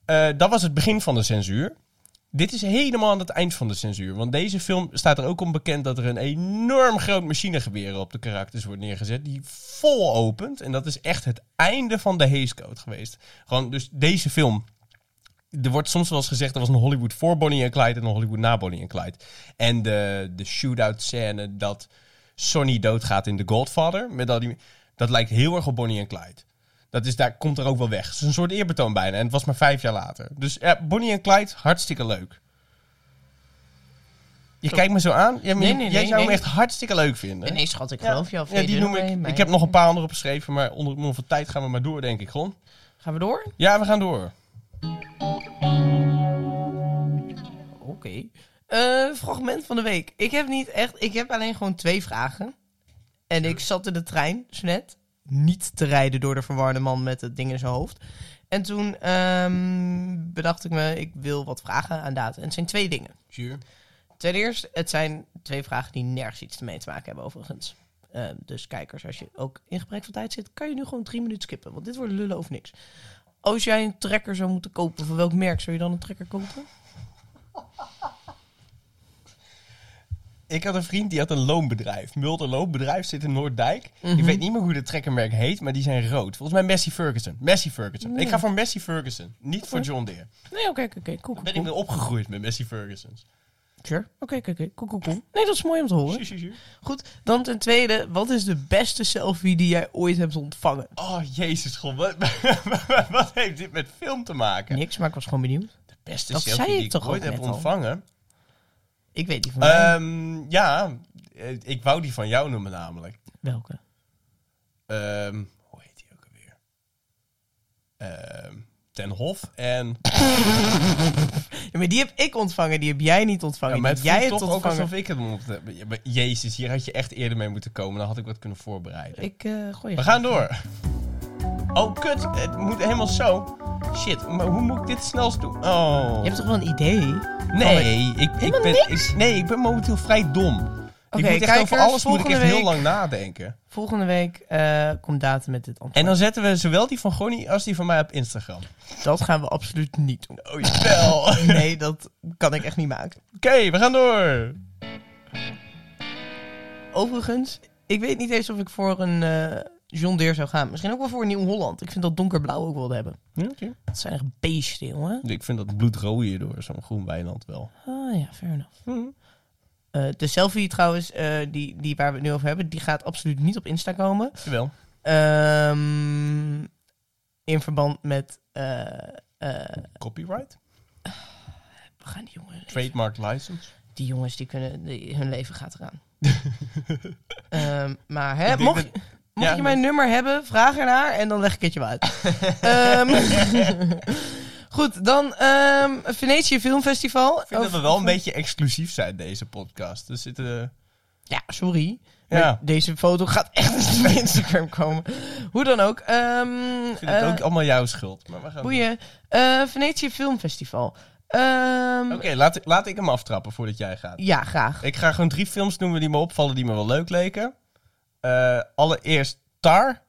S1: Eh, dat was het begin van de censuur. Dit is helemaal aan het eind van de censuur. Want deze film staat er ook om bekend dat er een enorm groot machinegeweer op de karakters wordt neergezet. Die vol opent. En dat is echt het einde van de Hays Code geweest. Gewoon, dus deze film. Er wordt soms wel eens gezegd, er was een Hollywood voor Bonnie en Clyde en een Hollywood na Bonnie en Clyde. En de, de shootout scène dat Sonny doodgaat in The Godfather. Met al die, dat lijkt heel erg op Bonnie en Clyde. Dat is, daar komt er ook wel weg. Het is een soort eerbetoon bijna. En het was maar vijf jaar later. Dus ja, Bonnie en Clyde, hartstikke leuk. Je
S2: Zo.
S1: kijkt me zo aan. Ja, maar
S2: Nee,
S1: je-
S2: nee,
S1: jij
S2: nee,
S1: zou hem
S2: nee.
S1: echt hartstikke leuk vinden.
S2: Nee, schat, ik
S1: Ja.
S2: geloof je al.
S1: Ja, die noem ik. ik heb nog een paar andere opgeschreven, maar onder het mom van tijd gaan we maar door, denk ik, gewoon.
S2: Gaan we door?
S1: Ja, we gaan door.
S2: Oké. Eh, fragment van de week. Ik heb niet echt... Ik heb alleen gewoon twee vragen. En ik zat in de trein, zo net. Niet te rijden door de verwarde man met het ding in zijn hoofd. En toen ehm, bedacht ik me, ik wil wat vragen aan Daad. En het zijn twee dingen.
S1: Sure.
S2: Ten eerste, het zijn twee vragen die nergens iets mee te maken hebben overigens. Ehm, dus kijkers, als je ook in gebrek van tijd zit, kan je nu gewoon drie minuten skippen. Want dit wordt lullen of niks. Als jij een trekker zou moeten kopen, van welk merk zou je dan een trekker kopen?
S1: Ik had een vriend die had een loonbedrijf. Mulder Loonbedrijf zit in Noorddijk.
S2: Mhm.
S1: Ik weet niet meer hoe de trekkermerk heet, maar die zijn rood. Volgens mij Messi Ferguson. Messi Ferguson. Ik ga voor Messi Ferguson. Niet voor John Deere.
S2: Nee, oké, oké, oké. Cool,
S1: Ben
S2: cool,
S1: ik
S2: cool.
S1: weer opgegroeid met Messi Ferguson's.
S2: Sure. Oké, oké, oké. Cool, cool, cool. Nee, dat is mooi om te horen.
S1: Sure, sure, sure.
S2: Goed, dan ten tweede, wat is de beste selfie die jij ooit hebt ontvangen?
S1: Oh, jezus, god. Wat, [laughs] wat heeft dit met film te maken?
S2: Niks, maar ik was gewoon benieuwd.
S1: De beste
S2: Dat
S1: selfie
S2: zei
S1: die
S2: ik
S1: ik
S2: toch
S1: ooit
S2: ook
S1: heb
S2: net al.
S1: ontvangen.
S2: Ik weet die van mij.
S1: Ehm, ja, eh, ik wou die van jou noemen namelijk.
S2: Welke?
S1: Ehm, hoe heet die ook alweer? Ehm, Ten Hof en...
S2: Ja, maar die heb ik ontvangen, die heb jij niet ontvangen.
S1: Ja, maar het
S2: die heb jij
S1: voelt
S2: hebt
S1: toch ook
S2: ontvangen.
S1: alsof ik het moet hebben. Ja, maar Jezus, hier had je echt eerder mee moeten komen. Dan had ik wat kunnen voorbereiden.
S2: Ik eh gooi je
S1: We gaan door. Oh, kut. Het moet helemaal zo. Shit, maar hoe moet ik dit snelst doen? Oh.
S2: Je hebt toch wel een idee?
S1: Nee, ik, ik,
S2: Helemaal
S1: ben,
S2: niks?
S1: ik- nee, ik ben momenteel vrij dom. ik moet echt over
S2: kijkers,
S1: alles moet ik
S2: volgende
S1: echt heel
S2: week-
S1: lang nadenken.
S2: Volgende week eh, komt Datum met dit antwoord.
S1: En dan zetten we zowel die van Gonny als die van mij op Instagram.
S2: Dat gaan we absoluut niet doen.
S1: Oh, jawel. [laughs] Oké,
S2: Nee, dat kan ik echt niet maken.
S1: we gaan door.
S2: Overigens, ik weet niet eens of ik voor een eh John Deere zou gaan. Misschien ook wel voor een Nieuw-Holland. Ik vind dat donkerblauw ook wel te hebben.
S1: Ja, oké.
S2: Dat zijn echt beesten, jongen.
S1: Ik vind dat bloedrooie door zo'n groen weiland wel.
S2: Ah ja, fair enough.
S1: Hm.
S2: Eh, de selfie trouwens, eh, die, die waar we het nu over hebben, die gaat absoluut niet op Insta komen.
S1: Jawel.
S2: Ehm, in verband met... eh, eh,
S1: Copyright?
S2: we gaan die jongen...
S1: Trademark license?
S2: die jongens die kunnen, die- hun leven
S1: [laughs]
S2: gaat eraan. Ehm, maar
S1: Ik
S2: hè,
S1: denk
S2: mocht,
S1: dat-
S2: mocht
S1: ja,
S2: je mijn nummer hebben, vraag ernaar en dan leg ik het je wel uit.
S1: [laughs]
S2: Ehm, [laughs] goed, dan ehm Venetië Filmfestival.
S1: Ik vind dat
S2: Of-
S1: we wel een beetje exclusief zijn, deze podcast. Dus zitten...
S2: Ja, sorry.
S1: Ja.
S2: Maar Deze foto gaat echt niet op Instagram komen. Hoe dan ook. ehm,
S1: ik vind het
S2: eh,
S1: ook allemaal jouw schuld. Maar we gaan...
S2: Boeien. Eh, Venetië Filmfestival. Ehm,
S1: Oké, laat, laat ik hem aftrappen voordat jij gaat.
S2: Ja, graag.
S1: Ik ga gewoon drie films noemen die me opvallen die me wel leuk leken. Eh, allereerst Tar.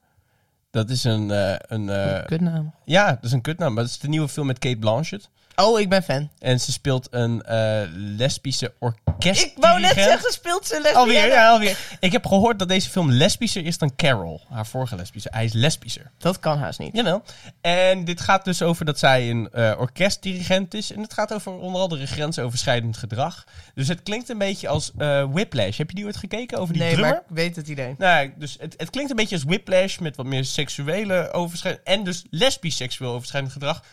S1: Dat is een... eh, een eh,
S2: Kutnaam.
S1: ja, dat is een kutnaam. Maar dat is de nieuwe film met Kate Blanchett.
S2: Oh, ik ben fan.
S1: En ze speelt een eh, lesbische orkest.
S2: Ik wou net zeggen, speelt ze lesbienne?
S1: Alweer, ja, alweer. Ik heb gehoord dat deze film lesbischer is dan Carol, haar vorige lesbische. Hij is lesbischer.
S2: Dat kan haast niet.
S1: Jawel. En dit gaat dus over dat zij een eh, orkestdirigent is. En het gaat over onder andere grensoverschrijdend gedrag. Dus het klinkt een beetje als eh, Whiplash. Heb je die ooit gekeken over die
S2: nee,
S1: drummer?
S2: maar ik weet het idee.
S1: Nou, ja, dus het, het klinkt een beetje als Whiplash met wat meer seksuele overschrijdend... En dus lesbisch seksueel overschrijdend gedrag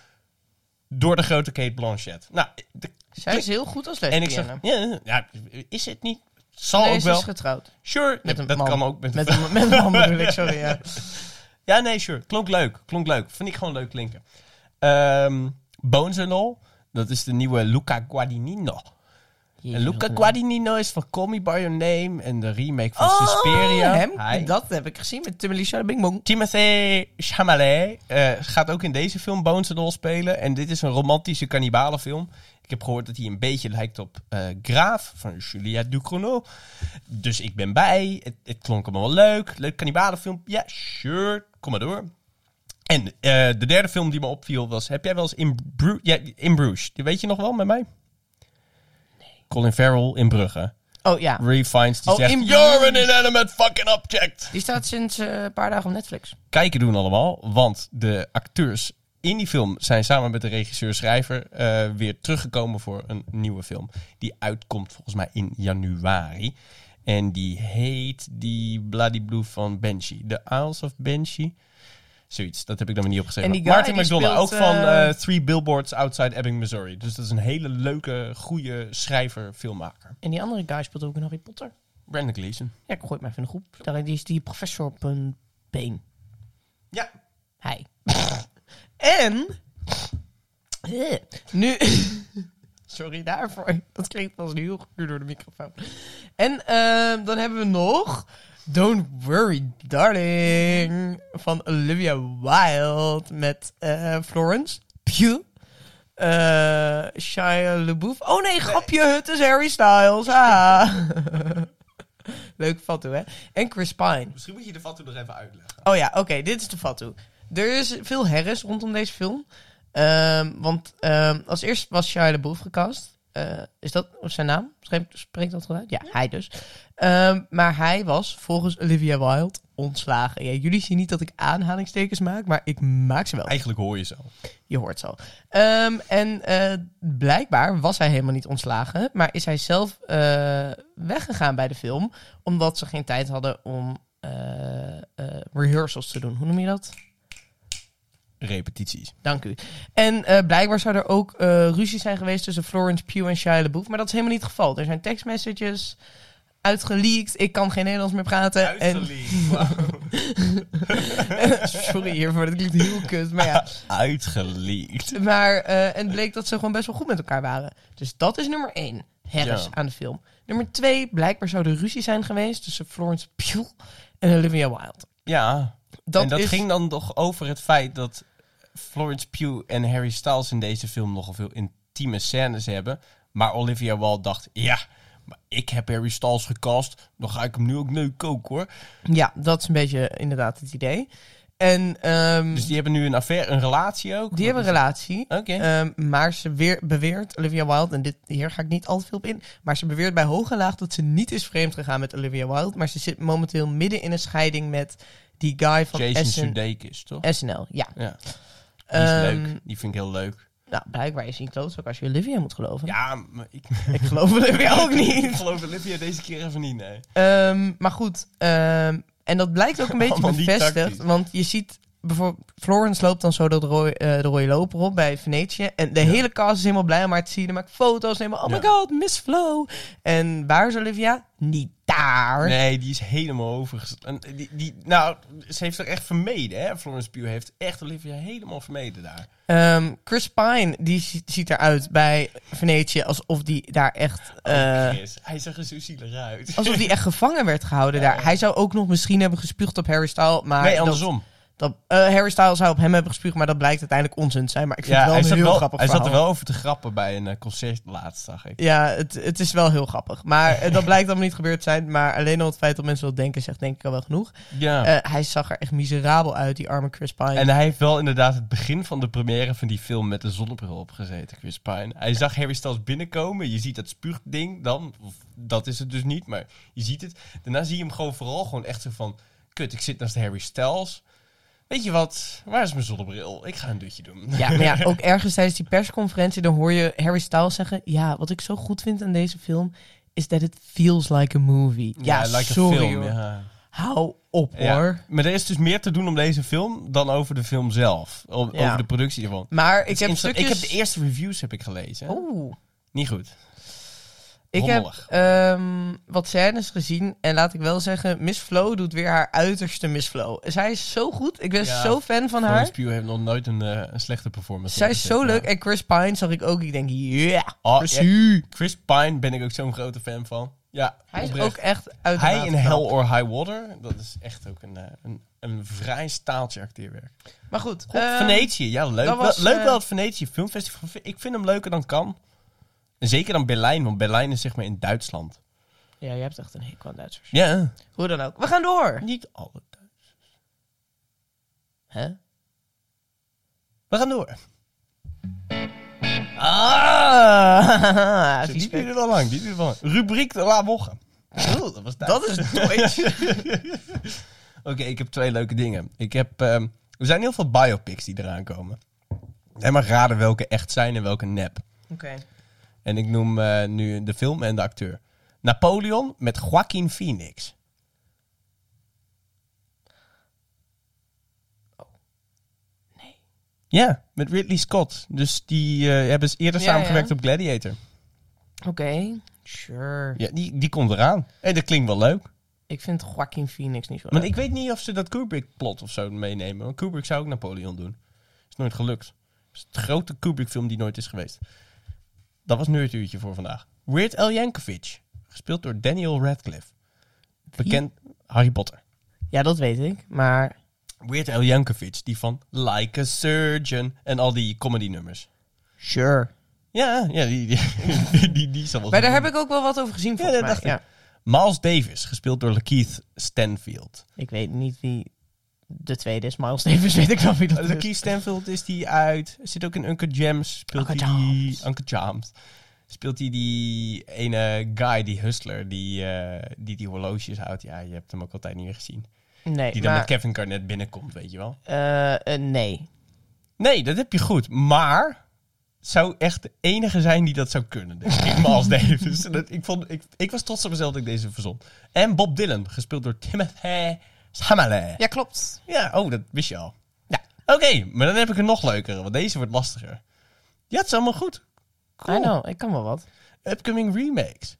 S1: door de grote Kate Blanchett. Nou, de-
S2: Zij is heel goed als lesbienne.
S1: en ik zeg... Ja, ja, is het niet? Zal
S2: Nee,
S1: ook
S2: ze
S1: wel.
S2: is getrouwd.
S1: Sure,
S2: Met een
S1: dat
S2: man.
S1: kan ook met, een
S2: Met een, met een man
S1: [laughs]
S2: bedoel ik, sorry. Ja.
S1: Ja, nee, sure. Klonk leuk. Klonk leuk. Vind ik gewoon leuk klinken. Ehm Bones and All. Dat is de nieuwe Luca Guadagnino. en Luca Guadagnino is van Call Me By Your Name en de remake van
S2: Oh,
S1: Suspiria.
S2: hem?
S1: Hij-
S2: Dat heb ik gezien met Timothy Chalamet.
S1: Timothée Chalamet eh, gaat ook in deze film Bones and All spelen. En dit is een romantische kannibalenfilm. Ik heb gehoord dat hij een beetje lijkt op eh, Graaf van Julia Ducournau. Dus ik ben bij. Het, het klonk allemaal wel leuk. Leuk kannibalenfilm. Ja, sure. Kom maar door. En eh, de derde film die me opviel was... Heb jij wel eens In, Bru ja, in Bruges? Die weet je nog wel met mij? Colin Farrell in Brugge.
S2: Oh ja,
S1: Refines die
S2: Oh,
S1: zegt...
S2: in
S1: You're an
S2: Bruges.
S1: inanimate fucking object.
S2: die staat sinds eh, een paar dagen op Netflix.
S1: kijken doen allemaal. Want de acteurs in die film zijn samen met de regisseur-schrijver eh, weer teruggekomen voor een nieuwe film. Die uitkomt volgens mij in januari. En die heet die Bloody Blue van Banshee. The Isles of Banshee. Zoiets, dat heb ik dan weer niet opgeschreven.
S2: En die guy
S1: Martin
S2: die
S1: McDonagh, ook
S2: speelt,
S1: van
S2: eh,
S1: eh, Three Billboards Outside Ebbing, Missouri. Dus dat is een hele leuke, goede schrijver, filmmaker.
S2: En die andere guy speelt ook in Harry Potter.
S1: Brandon Gleeson.
S2: Ja, ik gooi het maar even in de groep. Daar die is die professor op een been.
S1: Ja.
S2: Hij. [laughs] en... Eh, Nu... [laughs] Sorry daarvoor. Dat klinkt pas nu heel guur door de microfoon. En ehm, dan hebben we nog... Don't Worry Darling van Olivia Wilde met eh, Florence Pugh. eh Shia LaBeouf. Oh nee, grapje, het is Harry Styles. Ah. [laughs] Leuk foto, hè? En Chris Pine.
S1: Misschien moet je de vat nog even uitleggen.
S2: Oh ja, oké, dit is de fatu. Er is veel herres rondom deze film. Ehm, want ehm, als eerst was Shia LaBeouf gecast. Eh, is dat of zijn naam? Spreekt, spreekt dat goed uit? Ja, hij dus. Ehm, maar hij was volgens Olivia Wilde ontslagen. Ja, jullie zien niet dat ik aanhalingstekens maak, maar ik maak ze wel.
S1: Eigenlijk hoor je zo.
S2: Je hoort zo. Ehm, en eh, blijkbaar was hij helemaal niet ontslagen. Maar is hij zelf eh, weggegaan bij de film. Omdat ze geen tijd hadden om eh, eh, rehearsals te doen. Hoe noem je dat?
S1: Repetities.
S2: Dank u. En eh, blijkbaar zou er ook eh ruzie zijn geweest tussen Florence Pugh en Shia LaBeouf. Maar dat is helemaal niet het geval. Er zijn tekstmessages uitgeleakt. Ik kan geen Nederlands meer praten. Eh, En, [laughs] sorry hiervoor, dat klinkt heel kut. Maar ja.
S1: Uitgeleakt.
S2: Maar, eh, en het bleek dat ze gewoon best wel goed met elkaar waren. Dus dat is nummer één. Harris
S1: Ja.
S2: aan de film. Nummer twee, blijkbaar zou er ruzie zijn geweest tussen Florence Pugh en Olivia Wilde.
S1: Ja,
S2: Dat,
S1: en dat
S2: is,
S1: ging dan toch over het feit dat Florence Pugh en Harry Styles in deze film nogal veel intieme scènes hebben. Maar Olivia Wilde dacht, ja, maar ik heb Harry Styles gecast, dan ga ik hem nu ook neuken ook hoor.
S2: Ja, dat is een beetje eh, inderdaad het idee. En ehm,
S1: Dus die hebben nu een affaire, een relatie ook?
S2: die hebben een relatie.
S1: Oké.
S2: Ehm, maar ze weer beweert, Olivia Wilde, en dit, hier ga ik niet al te veel op in, maar ze beweert bij hoog en laag dat ze niet is vreemd gegaan met Olivia Wilde, maar ze zit momenteel midden in een scheiding met die guy van
S1: Jason
S2: SN
S1: Sudeikis, toch?
S2: SNL. Ja,
S1: Ja. Die is
S2: Ehm,
S1: leuk, die vind ik heel leuk.
S2: Nou, blijkbaar is hij een klootzak als je Olivia moet geloven. [laughs]
S1: Ja, maar ik,
S2: Ik geloof Olivia ook
S1: ik
S2: niet.
S1: geloof Olivia deze keer even niet, nee.
S2: Ehm, maar goed, ehm, en dat
S1: [laughs]
S2: blijkt ook een beetje
S1: Allemaal niet
S2: bevestigd.
S1: tactisch.
S2: Want je ziet, bijvoorbeeld, Florence loopt dan zo de rode, eh, de rode loper op bij Venetië. En de hele cast is helemaal blij om haar te zien. Ze maakt foto's, en helemaal, oh my
S1: Ja.
S2: god, Miss Flo. En waar is Olivia? Niet daar.
S1: Nee, die is helemaal overgeslagen. Die, die, nou, ze heeft er echt vermeden, hè? Florence Pugh heeft echt Olivia helemaal vermeden daar.
S2: Ehm, Chris Pine, die zi- ziet eruit bij Venetië alsof die daar echt... eh, Oh,
S1: Chris, hij zag er zo zielig uit.
S2: Alsof die echt gevangen werd gehouden daar. Hij zou ook nog misschien hebben gespuugd op Harry Styles, maar
S1: nee,
S2: dat-
S1: andersom.
S2: Dat, eh, Harry Styles zou op hem hebben gespuugd, maar dat blijkt uiteindelijk onzin te zijn. Maar ik vind
S1: Ja,
S2: het wel
S1: hij,
S2: een
S1: zat
S2: heel
S1: wel,
S2: grappig
S1: hij zat er
S2: verhaal.
S1: wel over te grappen bij een eh, concert laatst, zag ik.
S2: Ja, het, het is wel heel grappig. Maar eh,
S1: [laughs]
S2: dat blijkt allemaal niet gebeurd te zijn. Maar alleen al het feit dat mensen wel denken, zegt denk ik al wel genoeg.
S1: Ja.
S2: Eh, hij zag er echt miserabel uit, die arme Chris Pine.
S1: en hij heeft wel inderdaad het begin van de première van die film met een zonnebril opgezeten, Chris Pine. Hij zag Harry Styles binnenkomen, je ziet dat spuugding dan, of dat is het dus niet, maar je ziet het. Daarna zie je hem gewoon vooral gewoon echt zo van, kut, ik zit naast Harry Styles. Weet je wat, waar is mijn zonnebril? Ik ga een dutje doen. [laughs]
S2: Ja, maar ja, ook ergens tijdens die persconferentie, dan hoor je Harry Styles zeggen... Ja, wat ik zo goed vind aan deze film, is dat it feels like a movie. Ja,
S1: like a
S2: sorry hoor.
S1: ja.
S2: Hou op
S1: Ja.
S2: hoor.
S1: Maar er is dus meer te doen om deze film dan over de film zelf. O-
S2: Ja.
S1: Over de productie ervan.
S2: Maar ik
S1: Het is
S2: heb
S1: interessant.
S2: stukjes...
S1: Ik
S2: Oh.
S1: heb de eerste reviews heb ik gelezen. hè.
S2: Oeh.
S1: Niet goed.
S2: Ik
S1: Rommelig.
S2: heb ehm, wat scènes gezien. En laat ik wel zeggen, Miss Flow doet weer haar uiterste Miss Flow. Zij is zo goed. Ik ben
S1: Ja,
S2: zo fan van
S1: Florence
S2: haar.
S1: Pugh heeft nog nooit een, eh, een slechte performance.
S2: Zij is
S1: neergezet, ja.
S2: zo leuk. En Chris Pine zag ik ook. Ik denk, ja,
S1: Ah,
S2: precies.
S1: Chris Pine ben ik ook zo'n grote fan van. Ja,
S2: Hij is
S1: oprecht.
S2: ook echt uit de
S1: Hij
S2: maat
S1: in
S2: knap.
S1: Hell or High Water. Dat is echt ook een, eh, een, een vrij staaltje acteerwerk.
S2: Maar goed.
S1: God,
S2: ehm,
S1: Venetië, ja leuk.
S2: dat was,
S1: Wel- leuk
S2: eh,
S1: wel het Venetië Filmfestival. Ik vind hem leuker dan kan. En zeker dan Berlijn, want Berlijn is zeg maar in Duitsland.
S2: Ja, je hebt echt een hekel aan Duitsers.
S1: Ja,
S2: Hoe dan ook. We gaan door.
S1: niet alle Duitsers.
S2: Hè?
S1: We gaan door.
S2: Ah,
S1: Zo, die
S2: [laughs] vies pik.
S1: duurde al lang, die duurde al lang. Rubriek de La Woche. Oh, dat was Duits.
S2: dat is Duits.
S1: [laughs] Oké, ik heb twee leuke dingen. Ik heb, ehm, er zijn heel veel biopics die eraan komen. En maar raden welke echt zijn en welke nep.
S2: [laughs] Oké.
S1: En ik noem eh, nu de film en de acteur. Napoleon met Joaquin Phoenix.
S2: Oh. Nee.
S1: Ja, met Ridley Scott. Dus die eh, hebben ze eerder
S2: Ja,
S1: samengewerkt
S2: ja.
S1: op Gladiator.
S2: Oké. Sure.
S1: Ja, die, die komt eraan. En dat klinkt wel leuk.
S2: Ik vind Joaquin Phoenix niet zo
S1: Want
S2: leuk.
S1: ik weet niet of ze dat Kubrick-plot of zo meenemen. Want Kubrick zou ook Napoleon doen. Is nooit gelukt. is het grote Kubrick-film die nooit is geweest. Dat was Nerduurtje voor vandaag. Weird Al Yankovic. Gespeeld door Daniel Radcliffe. Bekend Harry Potter.
S2: Ja, dat weet ik. Maar
S1: Weird Al Yankovic. Die van Like a Surgeon. En al die comedy-nummers.
S2: sure.
S1: Ja, ja die, die, die, die, die zal wel
S2: Maar
S1: goed
S2: daar heb ik ook wel wat over gezien
S1: Ja,
S2: volgens
S1: dat
S2: mij.
S1: dacht
S2: ja.
S1: Miles Davis. Gespeeld door Lakeith Stanfield.
S2: Ik weet niet wie de tweede is. Miles Davis weet ik wel wie [laughs] dat is.
S1: Lucky Dus Stanfield is die uit. Zit ook in Uncle James. Speelt
S2: Uncle
S1: hij die,
S2: James.
S1: Uncle James. Speelt hij die ene guy, die hustler, die, eh, die die horloges houdt. Ja, je hebt hem ook altijd niet meer gezien.
S2: Nee,
S1: Die dan
S2: maar,
S1: met Kevin Garnett binnenkomt, weet je wel.
S2: eh, eh, nee.
S1: Nee, dat heb je goed. Maar het zou echt de enige zijn die dat zou kunnen, denk
S2: [laughs]
S1: ik. Miles Davis. Dat, ik, vond, ik, ik was trots op mezelf dat ik deze verzon. En Bob Dylan, gespeeld door Timothy Chalamet.
S2: Ja, klopt.
S1: Ja, oh, dat wist je al. Ja. Oké, maar dan heb ik een nog leukere, want deze wordt lastiger. Ja, het is allemaal goed.
S2: I know, ik kan wel wat.
S1: Upcoming remakes.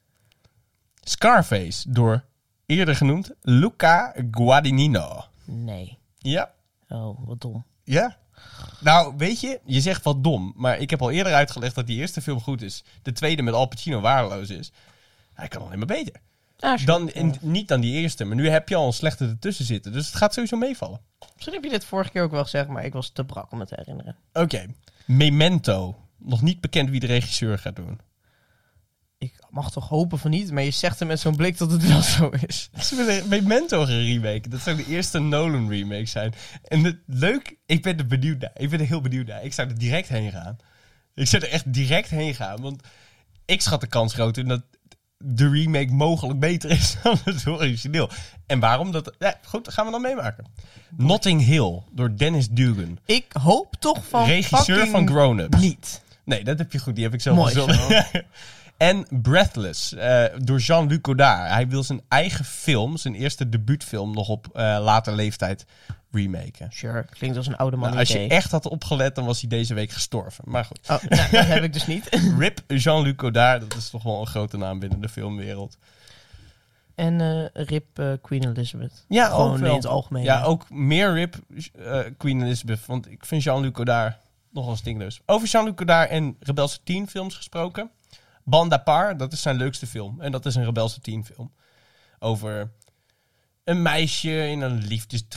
S1: Scarface door, eerder genoemd, Luca Guadagnino.
S2: Nee.
S1: Ja.
S2: Oh, wat dom.
S1: Ja. Nou, weet je, je zegt wat dom, maar ik heb al eerder uitgelegd dat die eerste film goed is. De tweede met Al Pacino waardeloos is. Hij kan alleen maar beter.
S2: Ah, sure.
S1: Dan, en niet dan die eerste, maar nu heb je al een slechte ertussen zitten, dus het gaat sowieso meevallen.
S2: Misschien heb je dit vorige keer ook wel gezegd, maar ik was te brak om het te herinneren.
S1: Oké. Memento. Nog niet bekend wie de regisseur gaat doen.
S2: Ik mag toch hopen van niet, maar je zegt er met zo'n blik dat het wel [laughs] zo is.
S1: Ze willen Memento gaan remaken. Dat zou de eerste Nolan remake zijn. En het leuk, ik ben er benieuwd naar. Ik ben er heel benieuwd naar. Ik zou er direct heen gaan. Ik zou er echt direct heen gaan. Want ik schat de kans groot in dat de remake mogelijk beter is [laughs] dan het origineel. En waarom dat... Ja, goed, dat gaan we dan meemaken. Notting Hill door Dennis Dugan.
S2: Ik hoop toch van
S1: regisseur
S2: fucking
S1: van Grown Ups.
S2: niet.
S1: Nee, dat heb je goed. Die heb ik zelf
S2: Mooi
S1: gezongen. [laughs] en Breathless eh, door Jean-Luc Godard. Hij wil zijn eigen film, zijn eerste debuutfilm, nog op eh later leeftijd remaken.
S2: Sure, klinkt als een oude man
S1: Nou, als je
S2: idee.
S1: echt had opgelet, dan was hij deze week gestorven. Maar
S2: [laughs]
S1: goed.
S2: Oh, nou, dat heb ik dus niet. [laughs]
S1: Rip Jean-Luc Godard, dat is toch wel een grote naam binnen de filmwereld.
S2: En eh, Rip eh, Queen Elizabeth.
S1: Ja,
S2: Gewoon
S1: ook wel.
S2: in het algemeen.
S1: Ja, ook meer Rip eh, Queen Elizabeth. Want ik vind Jean-Luc Godard nogal stinkneus. Over Jean-Luc Godard en Rebelse 10 films gesproken. Banda Par, dat is zijn leukste film. En dat is een Rebelse 10 film. Over een meisje in een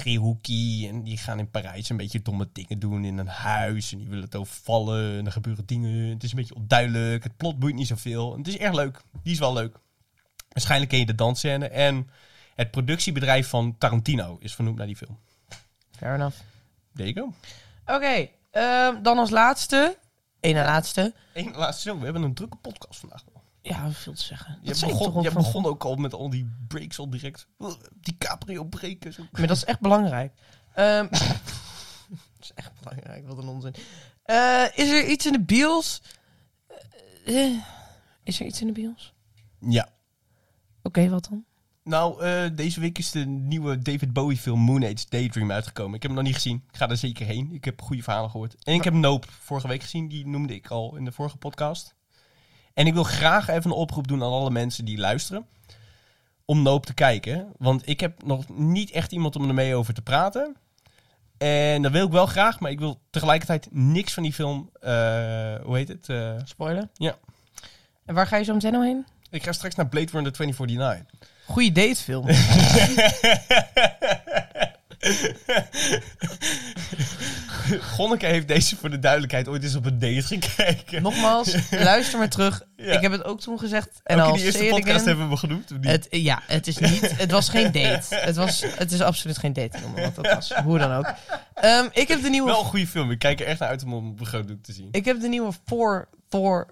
S1: liefdesdriehoekie. En die gaan in Parijs een beetje domme dingen doen in een huis. En die willen het overvallen. En er gebeuren dingen. Het is een beetje onduidelijk. Het plot boeit niet zoveel. En het is erg leuk. Die is wel leuk. Waarschijnlijk ken je de dansscène. En het productiebedrijf van Tarantino is vernoemd naar die film.
S2: Fair enough.
S1: There you go.
S2: Oké, ehm, dan als laatste. Eén na laatste.
S1: Eén laatste zo. We hebben een drukke podcast vandaag.
S2: Ja, veel te zeggen.
S1: Je
S2: Dat zei ik
S1: begon,
S2: toch ook
S1: je
S2: van-
S1: begon ook al met al die breaks al direct. Die Caprio breken. Zo.
S2: Maar dat is echt belangrijk. [laughs] Ehm, dat is echt belangrijk, wat een onzin. Eh, is er iets in de bios? Eh, eh, is er iets in de bios?
S1: Ja.
S2: Oké, wat dan?
S1: Nou, eh, deze week is de nieuwe David Bowie film Moon Age Daydream uitgekomen. Ik heb hem nog niet gezien. Ik ga er zeker heen. Ik heb goede verhalen gehoord. En ik heb Nope vorige week gezien. Die noemde ik al in de vorige podcast. En ik wil graag even een oproep doen aan alle mensen die luisteren. Om Nope te kijken. Want ik heb nog niet echt iemand om ermee over te praten. En dat wil ik wel graag. Maar ik wil tegelijkertijd niks van die film... eh, hoe heet het? Eh,
S2: Spoiler?
S1: Ja.
S2: En waar ga je zo meteen nou heen?
S1: ik ga straks naar Blade Runner 2049.
S2: Goeie [laughs] datefilm.
S1: [laughs] Gonneke heeft deze voor de duidelijkheid ooit eens op een date gekeken.
S2: Nogmaals, luister maar terug.
S1: Ja.
S2: Ik heb het ook toen gezegd. En
S1: Ook in
S2: al
S1: die eerste
S2: say it
S1: podcast
S2: again.
S1: hebben we genoemd. of niet?
S2: Het, eh, ja, het is niet. Het was geen date. Het, was, het is absoluut geen date. noemen, Want dat was hoe dan ook. Ehm, ik heb de nieuwe.
S1: Wel een goede film. Ik kijk er echt naar uit om hem op een groot doek te zien.
S2: Ik heb de nieuwe voor Thor.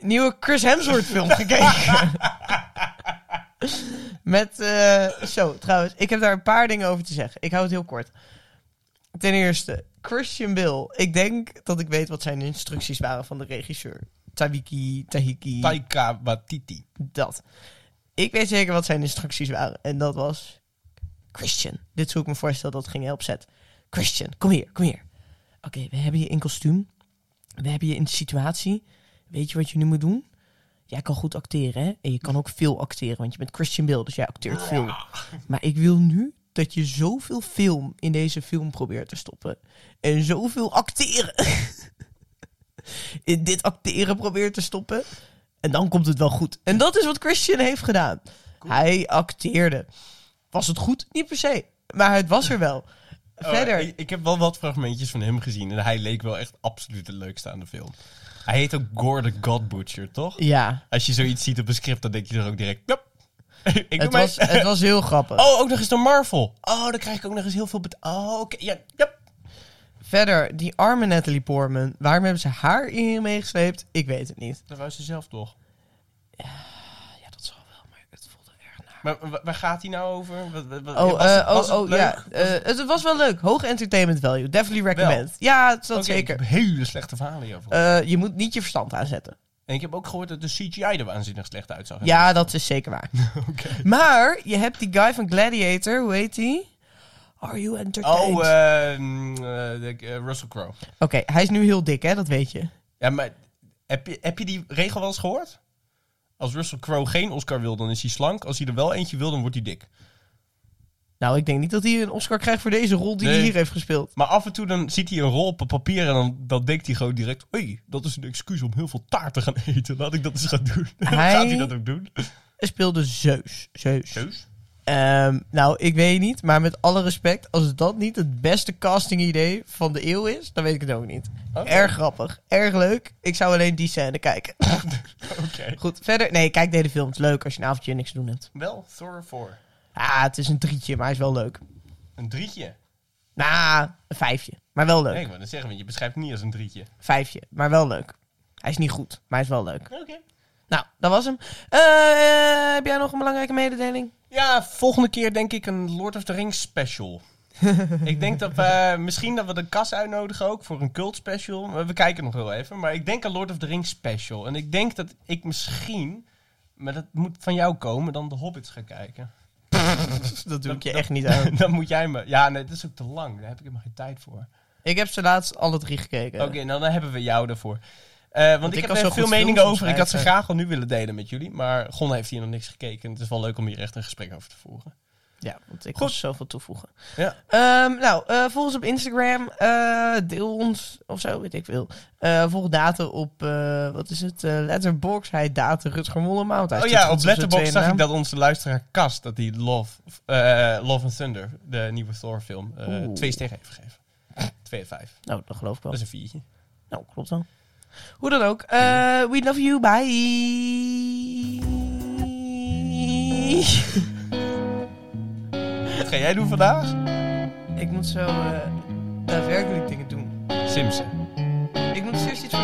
S2: nieuwe Chris Hemsworth film gekeken. Met. eh, zo, trouwens. Ik heb daar een paar dingen over te zeggen. Ik hou het heel kort. Ten eerste, Christian Bill. Ik denk dat ik weet wat zijn instructies waren van de regisseur. Tawiki, Tahiki.
S1: Taika Waititi.
S2: dat. Ik weet zeker wat zijn instructies waren. En dat was... Christian. Dit is hoe ik me voorstel dat het ging help set. Christian, kom hier, kom hier. Oké, we hebben je in kostuum. We hebben je in de situatie. Weet je wat je nu moet doen? Jij kan goed acteren, hè? En je kan ook veel acteren, want je bent Christian Bale, dus jij acteert veel. Maar ik wil nu dat je zoveel film in deze film probeert te stoppen. En zoveel acteren [laughs] in dit acteren probeert te stoppen. En dan komt het wel goed. En dat is wat Christian heeft gedaan. Hij acteerde. Was het goed? Niet per se. Maar het was er wel. Verder.
S1: Oh, ik, ik heb wel wat fragmentjes van hem gezien. En hij leek wel echt absoluut de leukste aan de film. Hij heet ook Gore the God Butcher, toch?
S2: Ja.
S1: Als je zoiets ziet op een script, dan denk je er ook direct... "Nop." [laughs] ik doe
S2: Het
S1: mijn-
S2: was, het was
S1: [laughs]
S2: heel grappig.
S1: Oh, ook nog eens door Marvel. Oh, dan krijg ik ook nog eens heel veel... bet- Oh, oké. Ja, yep.
S2: Verder, die arme Natalie Portman. Waarom hebben ze haar hierin meegesleept? Ik weet het niet.
S1: Dat was ze zelf toch?
S2: Ja, dat zal wel, maar het voelde erg naar.
S1: Maar wa- waar gaat hij nou over? Wat- wat- wat-
S2: Oh,
S1: was het-
S2: eh,
S1: was
S2: oh,
S1: het
S2: oh
S1: leuk?
S2: ja. Eh, het, het was wel leuk. Hoog entertainment value. Definitely recommend. Ja, dat
S1: Oké, ik
S2: zeker.
S1: heb hele slechte verhalen hierover.
S2: Eh, je moet niet je verstand aanzetten.
S1: en ik heb ook gehoord dat de CGI er waanzinnig slecht uitzag.
S2: Ja, dat is zeker
S1: [laughs]
S2: waar. Maar je hebt die guy van Gladiator, hoe heet die? Are you entertained?
S1: Oh, eh, mm, eh, de- eh, Russell Crowe.
S2: Oké, hij is nu heel dik, hè? Dat weet je.
S1: Ja, maar heb je, heb je die regel wel eens gehoord? Als Russell Crowe geen Oscar wil, dan is hij slank. Als hij er wel eentje wil, dan wordt hij dik.
S2: Nou, ik denk niet dat hij een Oscar krijgt voor deze rol die hij
S1: Nee.
S2: hier heeft gespeeld.
S1: Maar af en toe dan ziet hij een rol op een papier en dan, dan denkt hij gewoon direct... Oei, dat is een excuus om heel veel taart te gaan eten. Laat ik dat eens gaan doen. [laughs]
S2: Hij-
S1: Gaat hij dat ook doen?
S2: Hij speelde Zeus. Zeus.
S1: Zeus? [laughs]
S2: Ehm, nou, ik weet niet, maar met alle respect, als dat niet het beste castingidee van de eeuw is, dan weet ik het ook niet.
S1: Oké.
S2: Erg grappig, erg leuk. Ik zou alleen die scène kijken. [laughs]
S1: Oké.
S2: Goed, verder. Nee, kijk deze film. Het is leuk als je een avondje niks te doen hebt.
S1: Wel, Thor 4.
S2: Ah, het is een drietje, maar hij is wel leuk.
S1: Een drietje.
S2: Nou, een vijfje, maar wel leuk.
S1: Nee, ik wou net zeggen, want je beschrijft het niet als een drietje.
S2: Vijfje, maar wel leuk. Hij is niet goed, maar hij is wel leuk.
S1: Oké.
S2: Nou, dat was hem. Eh, heb jij nog een belangrijke
S1: [laughs]
S2: mededeling?
S1: Ja, volgende keer denk ik een Lord of the Rings special. ik denk dat we eh, misschien dat we de kas uitnodigen ook voor een cult special. Maar We kijken nog wel even. Maar ik denk een Lord of the Rings special. En ik denk dat ik misschien, maar dat moet van jou komen, dan de Hobbits ga kijken. [laughs]
S2: Dat doe ik je
S1: Dat-
S2: echt niet
S1: [laughs]
S2: aan.
S1: dan moet jij me. Ja, nee, dat is ook te lang. Daar heb ik helemaal geen tijd voor.
S2: Ik heb ze laatst alle drie gekeken.
S1: Oké, nou dan hebben we jou daarvoor. Eh, want,
S2: ik
S1: ik
S2: kan
S1: heb
S2: zo
S1: er
S2: goed
S1: veel meningen
S2: films
S1: over. Ik had ze
S2: omschrijven.
S1: graag al nu willen delen met jullie. Maar Gon heeft hier nog niks gekeken. Het is wel leuk om hier echt een gesprek over te voeren.
S2: Ja, want ik
S1: Goed.
S2: moest zoveel toevoegen.
S1: Ja.
S2: Ehm, nou, eh volg ons op Instagram. eh, deel ons of zo, weet ik veel. Eh, volg Data op, eh, wat is het? eh Letterbox. Hij Data Rutger Mollema. Want hij
S1: Oh
S2: staat
S1: ja,
S2: goed
S1: op
S2: zijn
S1: Letterboxd
S2: tweede
S1: zag ik
S2: naam.
S1: dat onze luisteraar Kast, dat die Love, eh, Love and Thunder, de nieuwe Thor film, eh,
S2: Oeh.
S1: twee sterren heeft gegeven. Twee en vijf.
S2: Nou, dat geloof ik wel.
S1: Dat is een viertje.
S2: Nou, klopt wel. Hoe dan ook. eh, we love you. Bye.
S1: Wat ga jij doen vandaag?
S2: ik moet zo eh, daadwerkelijk dingen doen.
S1: Simpson.
S2: Ik moet serieus iets voor